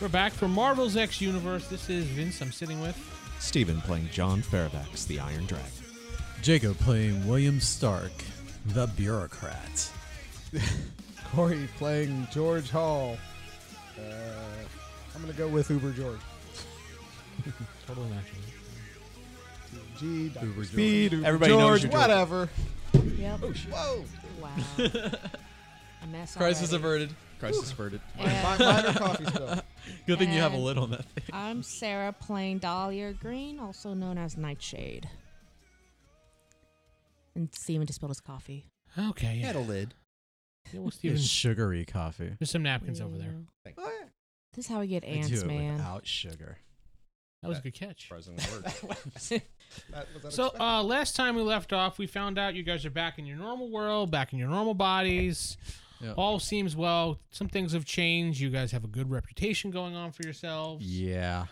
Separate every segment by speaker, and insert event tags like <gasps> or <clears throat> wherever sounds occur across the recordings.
Speaker 1: We're back for Marvel's X Universe. This is Vince I'm sitting with.
Speaker 2: Steven playing John Fairfax, the Iron Dragon.
Speaker 3: Jacob playing William Stark, the bureaucrat.
Speaker 4: Corey playing George Hall. Uh, I'm gonna go with Uber George.
Speaker 1: Totally naturally.
Speaker 4: G.
Speaker 3: Uber
Speaker 4: Speed. Uber
Speaker 2: Everybody knows
Speaker 4: George.
Speaker 2: you're George.
Speaker 4: whatever.
Speaker 5: Yep.
Speaker 3: Oh,
Speaker 4: Whoa.
Speaker 5: Wow. <laughs> A mess.
Speaker 3: Crisis
Speaker 5: already.
Speaker 3: averted. Crisis averted.
Speaker 4: Mine, mine
Speaker 5: And
Speaker 4: are coffee
Speaker 2: <laughs>
Speaker 4: spills.
Speaker 3: <laughs> Good thing you have a
Speaker 5: And-
Speaker 3: lid on that thing.
Speaker 5: I'm Sarah playing Dahlia Green, also known as Nightshade. And Steven just spilled his coffee.
Speaker 1: Okay. Yeah.
Speaker 2: lid.
Speaker 1: Yeah, well,
Speaker 3: It's
Speaker 1: Steven's-
Speaker 3: sugary coffee.
Speaker 1: there's some napkins over there.
Speaker 5: Yeah.
Speaker 4: Oh,
Speaker 5: This is how we get
Speaker 3: I do
Speaker 5: ants,
Speaker 3: it
Speaker 5: man.
Speaker 3: without sugar.
Speaker 1: That was a good catch.
Speaker 4: That, was that
Speaker 1: So
Speaker 4: expected?
Speaker 1: uh, last time we left off, we found out you guys are back in your normal world, back in your normal bodies.
Speaker 3: Yeah.
Speaker 1: All seems well. Some things have changed. You guys have a good reputation going on for yourselves.
Speaker 3: Yeah.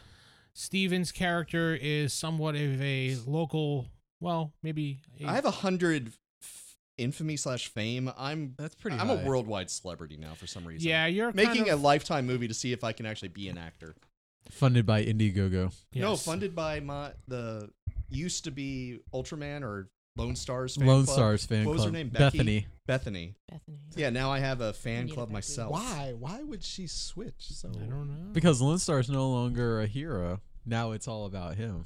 Speaker 1: Steven's character is somewhat of a local, well, maybe. a-
Speaker 2: I have a hundred f- infamy slash fame. I'm
Speaker 3: That's pretty
Speaker 2: I'm
Speaker 3: high.
Speaker 2: a worldwide celebrity now for some reason.
Speaker 1: yeah, you're
Speaker 2: Making
Speaker 1: kind
Speaker 2: a lifetime movie to see if I can actually be an actor.
Speaker 3: Funded by Indiegogo.
Speaker 1: yes.
Speaker 2: No, funded by my the used to be Ultraman or Lone Stars. Fan
Speaker 3: Lone
Speaker 2: Club.
Speaker 3: Stars fan
Speaker 2: What was her
Speaker 3: club.
Speaker 2: name?
Speaker 3: Bethany.
Speaker 2: Bethany.
Speaker 5: Bethany. <laughs>
Speaker 2: Yeah, now I have a
Speaker 5: We
Speaker 2: fan
Speaker 5: need a
Speaker 2: club
Speaker 5: Bethany.
Speaker 2: myself.
Speaker 4: why? Why would she switch? So
Speaker 1: I don't know.
Speaker 3: Because Lone Star's no longer a hero. Now it's all about him.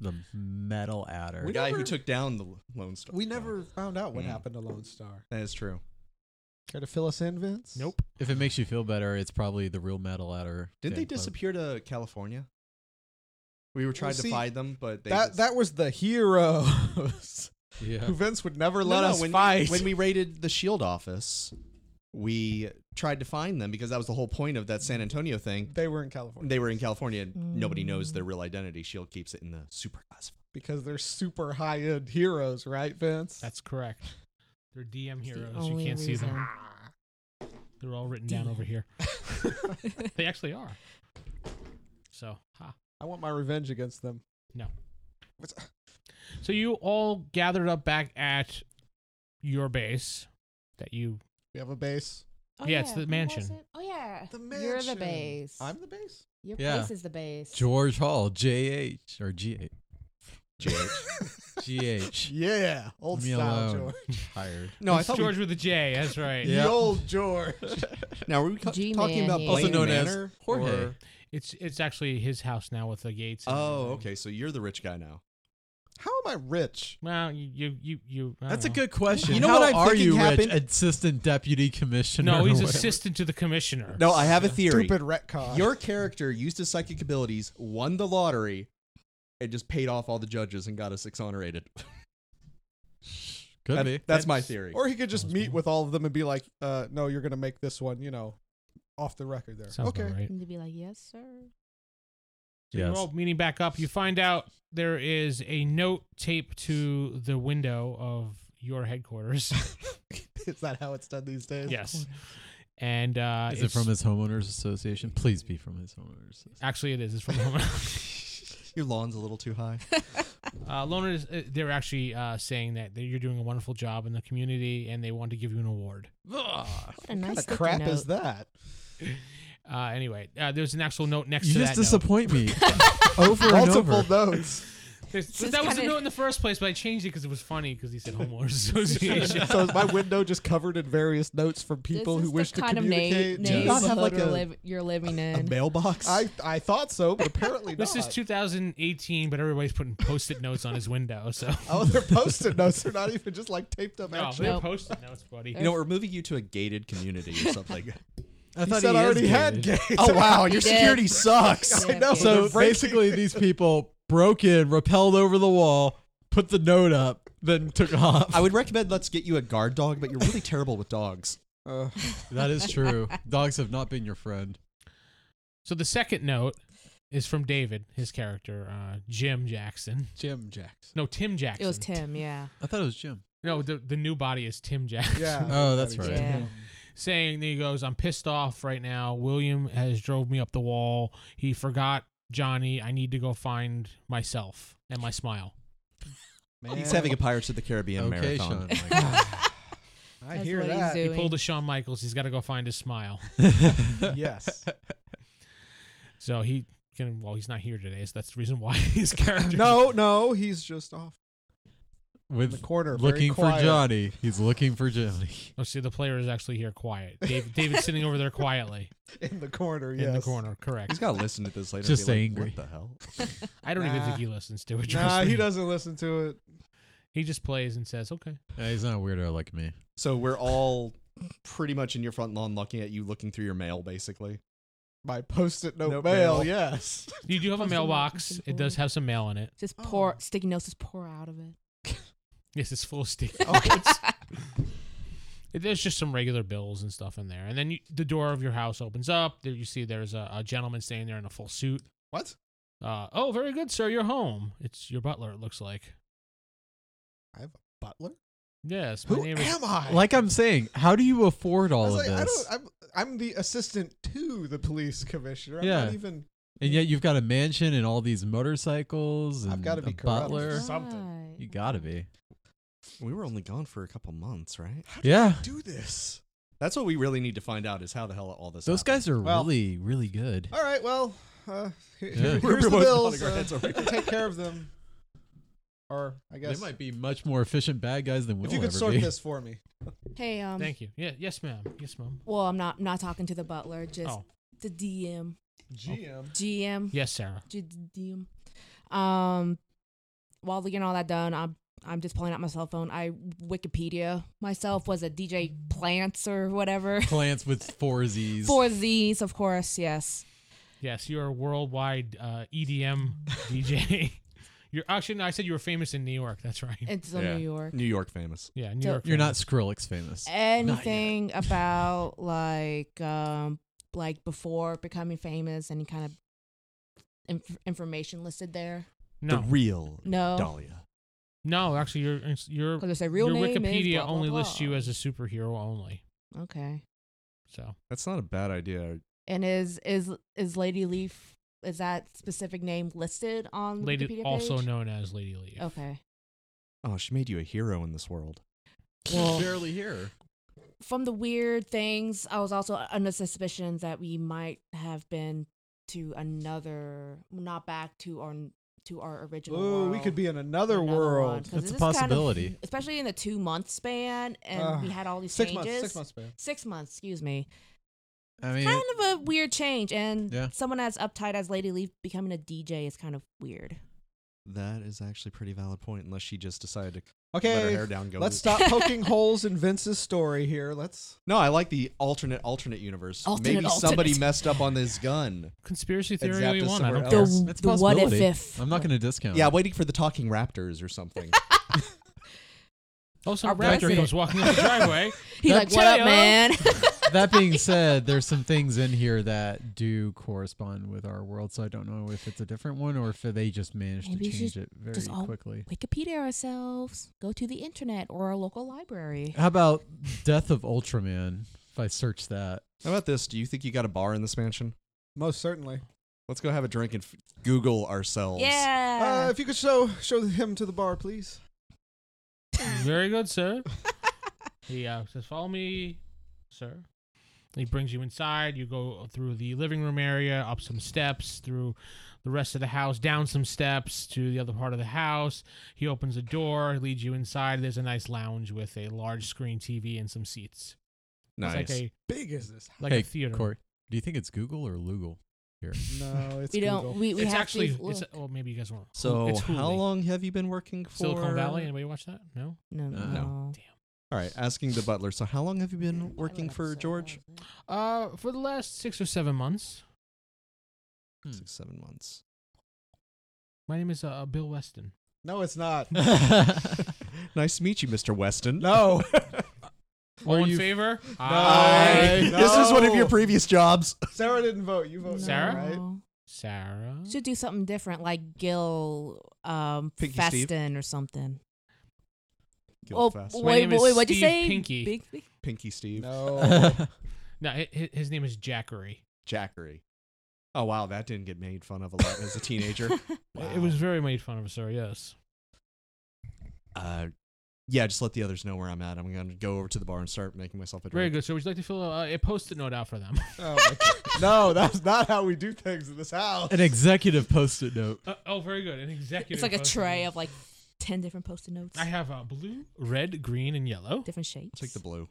Speaker 3: The metal adder.
Speaker 2: The
Speaker 4: We
Speaker 2: guy who
Speaker 4: never-
Speaker 2: took down the Lone Star.
Speaker 4: we never found out what
Speaker 2: Mm.
Speaker 4: happened to Lone Star.
Speaker 2: That is true.
Speaker 4: Care to fill us in, Vince?
Speaker 1: Nope.
Speaker 3: If it makes you feel better, it's probably the real metal adder.
Speaker 2: Didn't
Speaker 3: fan
Speaker 2: they
Speaker 3: club.
Speaker 2: disappear to California? We were trying to
Speaker 4: see,
Speaker 2: find them, but they
Speaker 4: That
Speaker 2: just-
Speaker 4: that was the heroes
Speaker 3: Yeah.
Speaker 4: who <laughs> Vince would never
Speaker 2: No,
Speaker 4: let
Speaker 2: no,
Speaker 4: us
Speaker 2: when,
Speaker 4: fight.
Speaker 2: When
Speaker 4: <laughs>
Speaker 2: we raided the Shield E office, we tried to find them because that was the whole point of that San Antonio thing.
Speaker 4: they were in California
Speaker 2: They were in California. and Nobody knows
Speaker 5: Mm.
Speaker 2: their real identity. Shield E keeps it in the <laughs> superclassified.
Speaker 4: because they're super high end heroes, right, Vince?
Speaker 1: That's correct. They're DM
Speaker 5: It's the
Speaker 1: heroes. You
Speaker 5: only
Speaker 1: can't see them. Ah.
Speaker 5: reason.
Speaker 1: They're all written down over here.
Speaker 5: Oh,
Speaker 1: they actually are. So, ha.
Speaker 4: I want my revenge against them.
Speaker 1: So you all gathered up back at your base that you
Speaker 4: We have a base.
Speaker 5: Oh,
Speaker 1: Yeah, it's the
Speaker 5: who was
Speaker 1: mansion.
Speaker 5: it? Oh yeah.
Speaker 4: The
Speaker 5: You're the
Speaker 4: mansion.
Speaker 5: base.
Speaker 4: I'm the base.
Speaker 5: Your
Speaker 3: Yeah.
Speaker 5: place is the base.
Speaker 3: George Hall, JH or GH.
Speaker 4: <laughs>
Speaker 2: <laughs>
Speaker 3: GH.
Speaker 4: Yeah, old
Speaker 3: Leave me
Speaker 4: style
Speaker 3: alone. <laughs>
Speaker 4: George.
Speaker 3: Tired.
Speaker 2: No, I
Speaker 1: It's
Speaker 2: thought.
Speaker 1: George with a J. That's right.
Speaker 3: Yeah.
Speaker 4: The old George.
Speaker 2: we, now, are we ca-
Speaker 5: G-man
Speaker 2: talking about
Speaker 5: here.
Speaker 2: Blaine
Speaker 3: Also known as
Speaker 2: Manor
Speaker 3: Jorge.
Speaker 2: or-
Speaker 1: It's it's actually his house now with the gates. and
Speaker 2: oh,
Speaker 1: everything.
Speaker 2: okay. So you're the rich guy now.
Speaker 4: How am I rich?
Speaker 1: Well, you you you. you I
Speaker 3: That's a
Speaker 1: don't know.
Speaker 3: good question.
Speaker 2: You know
Speaker 3: How
Speaker 2: what I'm
Speaker 3: are
Speaker 2: thinking
Speaker 3: you,
Speaker 2: happened?
Speaker 3: Rich? Assistant deputy commissioner.
Speaker 2: <laughs>
Speaker 1: No, he's
Speaker 3: or whatever.
Speaker 1: assistant to the commissioner.
Speaker 2: No, I have a theory.
Speaker 4: <laughs> Stupid retcon.
Speaker 2: Your character used his psychic abilities, won the lottery, and just paid off all the judges and got us exonerated.
Speaker 3: Could
Speaker 2: That-
Speaker 3: be.
Speaker 2: That's my theory. <laughs>
Speaker 4: or he could just
Speaker 1: Sounds
Speaker 4: meet
Speaker 1: good.
Speaker 4: with all of them and be like, uh, "No, you're gonna make this one." You know, off the record there.
Speaker 1: Sounds
Speaker 4: okay.
Speaker 1: about right.
Speaker 5: And to be like, yes, sir.
Speaker 1: So you're
Speaker 3: Yes.
Speaker 1: all meeting back up. You find out there is a note taped to the window of your
Speaker 5: <laughs>
Speaker 1: headquarters.
Speaker 4: Is that how it's done these days?
Speaker 1: yes. And uh,
Speaker 3: Is it
Speaker 1: it's-
Speaker 3: from his homeowners association? Please be from his homeowners. Association.
Speaker 1: Actually, it is. It's from home.
Speaker 2: Your lawn's a little too high.
Speaker 1: <laughs> uh, Loners, uh, they're actually uh, saying that that you're doing a wonderful job in the community, and they want to give you an award.
Speaker 5: What a
Speaker 4: What
Speaker 5: nice looking
Speaker 4: crap
Speaker 5: note.
Speaker 2: <laughs>
Speaker 4: is that?
Speaker 1: Uh, anyway, uh, there's an actual note next
Speaker 3: You
Speaker 1: to
Speaker 3: just
Speaker 1: that. note. <laughs>
Speaker 3: disappoint me over and
Speaker 4: Multiple
Speaker 3: over.
Speaker 4: notes.
Speaker 1: There's-
Speaker 5: This is
Speaker 1: that was a
Speaker 5: kinda-
Speaker 1: note in the first place, but I changed it because it was funny because he said
Speaker 5: <laughs>
Speaker 1: homeowners
Speaker 5: Oh
Speaker 1: association.
Speaker 4: <laughs> so is my window just covered in various notes from people
Speaker 5: this
Speaker 4: who
Speaker 5: is
Speaker 4: wish
Speaker 5: the
Speaker 4: to
Speaker 5: kind of na-
Speaker 4: communicate?
Speaker 2: Do you not have, like,
Speaker 5: neighborhood we're
Speaker 2: a-
Speaker 5: liv- you're living
Speaker 2: A
Speaker 5: in.
Speaker 2: mailbox.
Speaker 4: I I thought so, but apparently
Speaker 1: <laughs> This is
Speaker 4: not.
Speaker 1: 2018, but everybody's putting post-it notes on his window. So
Speaker 4: Oh, they're post-it notes. They're not even just like taped up.
Speaker 1: no,
Speaker 4: action.
Speaker 1: they're
Speaker 5: Nope.
Speaker 1: post-it notes, buddy.
Speaker 2: You know, we're moving you to a gated community or something. <laughs>
Speaker 3: I
Speaker 4: He
Speaker 3: thought
Speaker 4: said
Speaker 3: he
Speaker 4: I
Speaker 3: is
Speaker 4: already had
Speaker 3: gay.
Speaker 4: gays.
Speaker 2: Oh, wow, your
Speaker 5: Yeah.
Speaker 2: sucks.
Speaker 5: Yeah,
Speaker 4: know,
Speaker 3: <laughs>
Speaker 5: okay.
Speaker 3: So
Speaker 4: They're breaking-
Speaker 3: basically, these people broke in, rappelled over the wall, put the note up, then took off. <laughs>
Speaker 2: I would recommend let's get you a guard dog, but you're really terrible with dogs.
Speaker 4: <laughs> Uh,
Speaker 3: that is true. Dogs have not been your friend.
Speaker 1: So the second note is from David, his character, uh, Jim Jackson.
Speaker 3: Jim Jackson.
Speaker 1: No, Tim Jackson.
Speaker 5: it was Tim, <laughs> yeah.
Speaker 3: I thought it was Jim.
Speaker 1: No, the the new body is Tim Jackson.
Speaker 4: yeah.
Speaker 3: Oh, that's right.
Speaker 5: Yeah.
Speaker 1: <laughs> saying that he goes, I'm pissed off right now. William has drove me up the wall. He forgot Johnny. I need to go find myself and my smile.
Speaker 2: He's having a Pirates of the Caribbean
Speaker 3: okay,
Speaker 2: marathon.
Speaker 3: Sean.
Speaker 4: <laughs>
Speaker 3: <laughs> Michael.
Speaker 4: I
Speaker 5: That's
Speaker 4: hear
Speaker 5: what
Speaker 4: that.
Speaker 1: He
Speaker 5: he's doing.
Speaker 4: <laughs>
Speaker 1: pulled a Shawn Michaels. He's got to go find his smile.
Speaker 4: yes.
Speaker 1: So he can. Well, he's not here today, so that's the reason why <laughs> his character.
Speaker 4: No, no, he's just off in the
Speaker 3: With
Speaker 4: corner, very
Speaker 3: looking for
Speaker 4: quiet.
Speaker 3: Johnny. He's looking for Johnny. <laughs>
Speaker 1: Oh, see, the player is actually here, quiet. David, David's sitting over there
Speaker 4: <laughs>
Speaker 1: quietly
Speaker 4: in the corner. Yes.
Speaker 1: in the corner. Correct.
Speaker 2: He's got to listen to this later.
Speaker 3: Just
Speaker 2: and be
Speaker 3: angry.
Speaker 2: Like, what the hell?
Speaker 1: I don't even
Speaker 4: Nah.
Speaker 1: think he listens to it. trust
Speaker 4: Nah,
Speaker 1: me.
Speaker 4: he doesn't listen to it.
Speaker 1: He just plays and says, "Okay."
Speaker 3: Yeah, he's not a weirdo like me.
Speaker 2: So we're all pretty much in your front lawn, looking at you, looking through your mail, basically.
Speaker 4: My post-it note
Speaker 2: Nope
Speaker 4: mail.
Speaker 2: mail.
Speaker 4: Yes.
Speaker 1: You do have a
Speaker 5: That's what I'm
Speaker 1: mailbox.
Speaker 5: looking
Speaker 1: It does
Speaker 5: for.
Speaker 1: have some mail in it.
Speaker 5: Just pour sticky notes just pour out of it.
Speaker 1: Yes, it's full of sticky.
Speaker 4: Oh, it's-
Speaker 1: <laughs> It- There's just some regular bills and stuff in there, and then you, the door of your house opens up. There you see there's a, a gentleman standing there in a full suit.
Speaker 4: what?
Speaker 1: Uh, oh, very good, sir. You're home. It's your butler. It looks like.
Speaker 4: I have a butler.
Speaker 1: Yes, my
Speaker 4: Who
Speaker 1: name
Speaker 4: am
Speaker 1: is
Speaker 4: I?
Speaker 3: <laughs> Like I'm saying, how do you afford
Speaker 4: I
Speaker 3: all
Speaker 4: was
Speaker 3: of
Speaker 4: like, I
Speaker 3: this?
Speaker 4: don't. I'm, I'm the assistant to the police commissioner. I'm
Speaker 3: Yeah.
Speaker 4: not even.
Speaker 3: and yet you've got a mansion and all these motorcycles and
Speaker 4: I've gotta be
Speaker 3: a
Speaker 4: corrupt.
Speaker 3: butler.
Speaker 4: Something.
Speaker 5: Right.
Speaker 3: You gotta be.
Speaker 2: We were only gone for a couple months, <laughs> right?
Speaker 4: How do
Speaker 3: Yeah.
Speaker 4: you do this?
Speaker 2: That's what we really need to find out is how the hell all this.
Speaker 3: Those guys are
Speaker 4: Well-
Speaker 3: really, really good.
Speaker 4: All right. Well, uh,
Speaker 3: Yeah.
Speaker 4: here- here- here's the
Speaker 2: Everyone's
Speaker 4: bills.
Speaker 2: nodding our
Speaker 4: Uh,
Speaker 2: heads over.
Speaker 4: we can take care of them. Or I
Speaker 3: They
Speaker 4: guess
Speaker 3: might be much more efficient bad guys than we
Speaker 4: if you could
Speaker 3: ever
Speaker 4: sort
Speaker 3: be.
Speaker 4: this for me.
Speaker 5: Hey, um
Speaker 1: Thank you. Yeah, yes, ma'am. Yes, ma'am.
Speaker 5: well, I'm not not talking to the butler, just
Speaker 1: Oh,
Speaker 5: the DM.
Speaker 4: GM.
Speaker 5: GM.
Speaker 1: yes, Sarah.
Speaker 5: J- DM. Um while we getting all that done, I'm I'm just pulling out my cell phone. I Wikipedia myself was a DJ Plants or
Speaker 3: <laughs>
Speaker 5: whatever.
Speaker 3: Plants with four Z's.
Speaker 5: For these, of course,
Speaker 3: <laughs>
Speaker 5: yes.
Speaker 1: Yes, you're a worldwide uh, EDM DJ. <laughs> You're actually no, I said you were famous in New York. That's right.
Speaker 5: It's in
Speaker 2: Yeah.
Speaker 5: New York.
Speaker 2: New York famous.
Speaker 1: Yeah, New
Speaker 5: So-
Speaker 1: York.
Speaker 3: You're not
Speaker 1: famous.
Speaker 3: Skrillex famous.
Speaker 5: Anything about like um like before becoming famous, any kind of inf- information listed there?
Speaker 2: The
Speaker 1: No,
Speaker 2: real
Speaker 5: No.
Speaker 2: Dahlia.
Speaker 1: no. Actually, your your
Speaker 5: Because their real
Speaker 1: your
Speaker 5: name
Speaker 1: Wikipedia
Speaker 5: is blah, blah,
Speaker 1: only
Speaker 5: blah.
Speaker 1: lists you as a superhero only.
Speaker 5: okay.
Speaker 1: So
Speaker 2: That's not a bad idea.
Speaker 5: And is is is Lady Leaf is that specific name listed on the
Speaker 1: lady,
Speaker 5: Wikipedia
Speaker 1: also
Speaker 5: page?
Speaker 1: known as Lady Leaf.
Speaker 5: Okay.
Speaker 2: Oh, she made you a hero in this world.
Speaker 5: Well,
Speaker 3: barely here.
Speaker 5: from the weird things, I was also under suspicion that we might have been to another, not back to our to our
Speaker 4: Ooh,
Speaker 5: original. world.
Speaker 4: we could be in another,
Speaker 5: another one,
Speaker 4: world.
Speaker 5: 'cause
Speaker 3: That's a
Speaker 5: this is kind of-
Speaker 3: possibility.
Speaker 5: especially in the two month span, and
Speaker 4: Ugh.
Speaker 5: we had all these
Speaker 4: Ah, Six
Speaker 5: changes.
Speaker 4: months. Six months, man.
Speaker 5: Six months, excuse me.
Speaker 3: I mean,
Speaker 5: Kind of a weird change, and
Speaker 3: Yeah.
Speaker 5: someone as uptight as Lady Leaf becoming a DJ is kind of weird.
Speaker 2: That is actually a pretty valid point, unless she just decided to let her
Speaker 4: Okay.
Speaker 2: hair down. Go.
Speaker 4: Let's stop poking holes in Vince's story here. Let's.
Speaker 2: No, I like the alternate alternate universe.
Speaker 5: Alternate,
Speaker 2: Maybe somebody
Speaker 5: alternate.
Speaker 2: messed up on this gun.
Speaker 1: Conspiracy
Speaker 2: And
Speaker 1: theory
Speaker 2: zapped
Speaker 1: all you
Speaker 2: us
Speaker 1: want. I
Speaker 2: somewhere
Speaker 1: don't
Speaker 2: else.
Speaker 1: care.
Speaker 2: The-
Speaker 3: it's a
Speaker 5: the what if
Speaker 3: possibility.
Speaker 5: if.
Speaker 3: I'm not going to discount.
Speaker 2: Yeah,
Speaker 3: it.
Speaker 2: waiting for the talking raptors or something.
Speaker 1: Also,
Speaker 5: Our
Speaker 1: the director
Speaker 5: president.
Speaker 1: comes walking
Speaker 5: <laughs>
Speaker 1: up the driveway.
Speaker 5: He's
Speaker 3: That
Speaker 5: like, "What up,
Speaker 1: tail?"
Speaker 5: man?"
Speaker 3: that being said, there's some things in here that do correspond with our world, so I don't know if it's a different one or if they just managed
Speaker 5: Maybe
Speaker 3: to
Speaker 5: you
Speaker 3: change
Speaker 5: should
Speaker 3: it very
Speaker 5: just all-
Speaker 3: quickly.
Speaker 5: Wikipedia ourselves. Go to the internet or our local library.
Speaker 3: How about Death of Ultraman? If I search that,
Speaker 2: How about this? Do you think you got a bar in this mansion?
Speaker 4: Most certainly.
Speaker 2: Let's go have a drink and f- Google ourselves.
Speaker 5: Yeah.
Speaker 4: Uh, if you could show show him to the bar, please.
Speaker 1: Very good,
Speaker 5: <laughs>
Speaker 1: sir. he uh, says, "Follow me, sir." He brings you inside. You go through the living room area, up some steps, through the rest of the house, down some steps to the other part of the house. He opens a door, leads you inside. There's a nice lounge with a large screen TV and some seats.
Speaker 2: Nice.
Speaker 1: It's like a
Speaker 4: Big as this.
Speaker 1: like
Speaker 3: hey,
Speaker 1: a theater.
Speaker 3: Corey, do you think it's Google
Speaker 1: <laughs>
Speaker 3: or Lugal? <laughs>
Speaker 4: No, it's
Speaker 5: <laughs> we don't.
Speaker 4: Google.
Speaker 5: We, we
Speaker 1: it's
Speaker 5: have
Speaker 1: actually.
Speaker 5: to
Speaker 1: It's,
Speaker 5: look.
Speaker 1: oh, maybe you guys won't.
Speaker 2: so,
Speaker 1: it's
Speaker 2: how
Speaker 1: Hooli.
Speaker 2: long have you been working for
Speaker 1: Silicon Valley. Anybody watch that? No.
Speaker 5: no,
Speaker 3: no.
Speaker 5: no.
Speaker 2: All right, asking the butler. So, how long have you been working for George?
Speaker 1: Uh, for the last six or seven months,
Speaker 2: Six, seven months.
Speaker 1: my name is uh, Bill Weston.
Speaker 4: No, it's not.
Speaker 2: Nice to meet you, Mr. Weston.
Speaker 4: No.
Speaker 1: All
Speaker 3: Are
Speaker 1: in
Speaker 3: you-
Speaker 2: <laughs>
Speaker 1: favor?
Speaker 4: Aye.
Speaker 2: Hi. This is one of your
Speaker 4: No.
Speaker 2: previous jobs.
Speaker 4: Sarah didn't vote. You voted.
Speaker 1: Sarah?
Speaker 4: Right?
Speaker 1: Sarah.
Speaker 5: Should do something different, like Gil um,
Speaker 2: Pinky
Speaker 5: Feston
Speaker 2: Steve?
Speaker 5: or something.
Speaker 2: Gil
Speaker 5: oh,
Speaker 2: Fast.
Speaker 1: My
Speaker 5: wait,
Speaker 1: name
Speaker 5: wait,
Speaker 1: is
Speaker 5: wait, what'd you
Speaker 1: Steve
Speaker 5: say?
Speaker 1: Pinky.
Speaker 5: Big,
Speaker 2: Pinky Steve.
Speaker 4: No.
Speaker 2: <laughs>
Speaker 1: No, hi- hi- his name is Jackery.
Speaker 2: Jackery. Oh, wow. That didn't get made fun of a lot as a teenager.
Speaker 1: It was very made fun of, sir. Yes.
Speaker 2: Uh, yeah, just let the others know where I'm at. I'm going to go over to the bar and start making myself a
Speaker 1: Very
Speaker 2: drink.
Speaker 1: good. So would you like to fill uh, a post-it note out for them?
Speaker 4: Oh my God. no, that's not how we do things in this house.
Speaker 3: An executive post-it note.
Speaker 1: <laughs> Uh, oh, very good. An executive.
Speaker 5: It's like a
Speaker 1: post-it
Speaker 5: tray
Speaker 1: note.
Speaker 5: of like 10 different post it notes,
Speaker 1: I have uh, blue, red, green, and yellow.
Speaker 5: different shapes.
Speaker 2: Take the blue.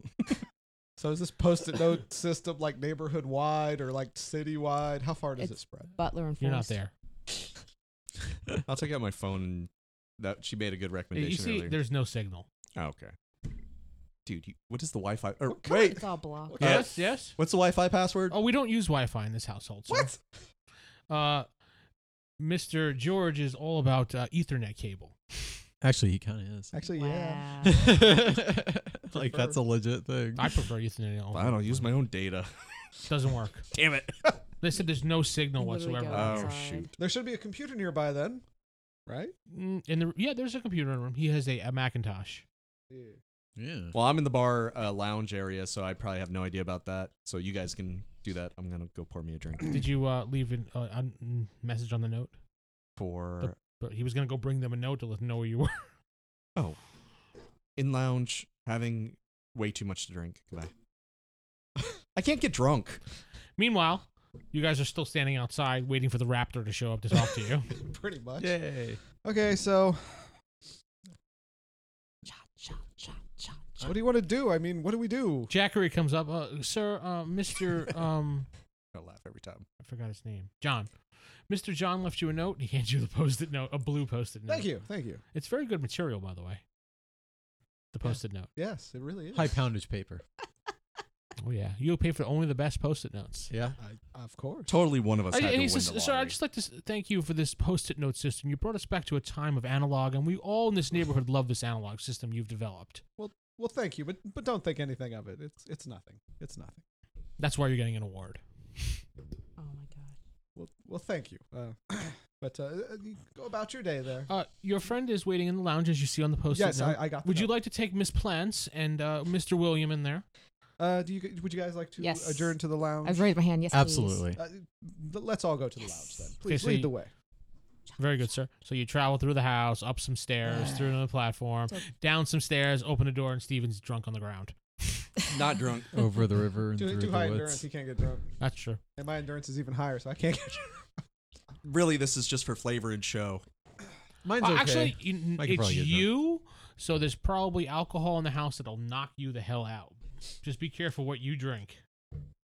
Speaker 4: So is this post-it note system like neighborhood wide or like city wide? How far does it
Speaker 5: It's-
Speaker 4: spread?
Speaker 5: Butler and
Speaker 1: You're not
Speaker 5: Forrest.
Speaker 1: there.
Speaker 2: I'll take out my phone and that she made a good recommendation
Speaker 1: You see,
Speaker 2: earlier.
Speaker 1: there's no signal.
Speaker 2: Oh, okay. Dude, you, what is the Wi-Fi? Or
Speaker 4: What kind
Speaker 2: wait,
Speaker 5: It's all blocked.
Speaker 2: Yeah.
Speaker 1: Yes, yes.
Speaker 2: what's the Wi-Fi password?
Speaker 1: Oh, we don't use Wi-Fi in this household. sir.
Speaker 4: What?
Speaker 1: Uh, Mr. George is all about uh, Ethernet cable.
Speaker 3: Actually, he kind of is. <laughs>
Speaker 4: Actually, yeah.
Speaker 5: Wow.
Speaker 3: like that's a legit thing.
Speaker 1: I prefer Ethernet. over-
Speaker 2: I don't use my own data.
Speaker 1: Doesn't work.
Speaker 2: Damn it.
Speaker 1: They said there's no signal
Speaker 5: Literally
Speaker 1: whatsoever.
Speaker 5: go
Speaker 2: Oh,
Speaker 5: outside.
Speaker 2: shoot.
Speaker 4: There should be a computer nearby then, right?
Speaker 1: Mm, in the yeah, there's a computer in the room. He has a, a Macintosh.
Speaker 4: Yeah.
Speaker 3: yeah.
Speaker 2: Well, I'm in the bar uh, lounge area, so I probably have no idea about that. So you guys can do that. I'm gonna go pour me
Speaker 4: <clears throat>
Speaker 2: a drink
Speaker 1: Did you uh, leave an, uh, a n- message on the note?
Speaker 4: Oh.
Speaker 2: for
Speaker 1: But he was gonna go bring them a note to let them know where you were. <laughs>
Speaker 2: in lounge having way too much to drink. Goodbye. <laughs> I can't get drunk.
Speaker 1: Meanwhile, you guys are still standing outside waiting for the raptor to show up to talk to
Speaker 2: <laughs>
Speaker 1: you.
Speaker 4: <laughs> Pretty much.
Speaker 3: Yay.
Speaker 4: Okay, so
Speaker 5: Cha, cha, cha, cha, cha.
Speaker 4: what do you want to do? I mean, what do we do?
Speaker 1: Jackery comes up, uh, sir, uh, Mister. Um,
Speaker 2: I laugh every time.
Speaker 1: I forgot his name. John. Mister John left you a note. He <laughs> hands you the post-it note, a blue post-it note.
Speaker 4: Thank you. Thank you.
Speaker 1: It's very good material, by the way. The post-it note.
Speaker 4: Yes, it really is.
Speaker 3: High poundage paper.
Speaker 5: <laughs>
Speaker 1: Oh yeah, you'll pay for only the best post-it notes.
Speaker 3: Yeah.
Speaker 4: I, of course.
Speaker 2: Totally, one of us
Speaker 1: I-
Speaker 2: had to
Speaker 1: and he
Speaker 2: win
Speaker 1: says,
Speaker 2: the
Speaker 1: "Sir,
Speaker 2: lottery."
Speaker 1: I'd just like to s- thank you for this post-it note system. You brought us back to a time of analog, and we all in this neighborhood love this analog system you've developed.
Speaker 4: Well, thank you, but but don't think anything of it. It's it's nothing. It's nothing.
Speaker 1: That's why you're getting an award.
Speaker 5: Oh my god.
Speaker 4: Well, well, thank you. Uh, <clears throat> but uh, uh, you go about your day there.
Speaker 1: Uh, your friend is waiting in the lounge, as you see on the post-it
Speaker 4: yes,
Speaker 1: note.
Speaker 4: I, I got.
Speaker 1: Oh,
Speaker 4: the
Speaker 1: Would you
Speaker 4: note.
Speaker 1: like to take Miss Plants and uh, Mr. William in there?
Speaker 4: Uh, do you? g- Would you guys like to
Speaker 5: Yes.
Speaker 4: adjourn to the lounge?
Speaker 5: I've raised my hand. Yes, please. <laughs>
Speaker 3: Absolutely.
Speaker 4: Uh, th- let's all go to the lounge
Speaker 5: Yes.
Speaker 4: then. Please
Speaker 1: so
Speaker 4: lead
Speaker 1: you-
Speaker 4: the way.
Speaker 1: Very good, sir. So you travel through the house, up some stairs, through another platform,
Speaker 5: So-
Speaker 1: down some stairs, open a door, and Steven's drunk on the ground.
Speaker 2: not drunk.
Speaker 3: Over the river
Speaker 5: <laughs>
Speaker 3: and
Speaker 4: Too,
Speaker 3: through
Speaker 4: too
Speaker 3: the
Speaker 4: high endurance.
Speaker 3: woods.
Speaker 4: He can't get drunk,
Speaker 1: That's true.
Speaker 4: and my endurance is even higher, so I can't get drunk.
Speaker 2: Really, this is just for flavor and show.
Speaker 3: Mine's
Speaker 1: Uh,
Speaker 3: okay.
Speaker 1: Actually, <laughs> you,
Speaker 3: I could
Speaker 1: it's
Speaker 3: probably get drunk.
Speaker 1: you, so there's probably alcohol in the house that'll knock you the hell out. Just be careful what you drink,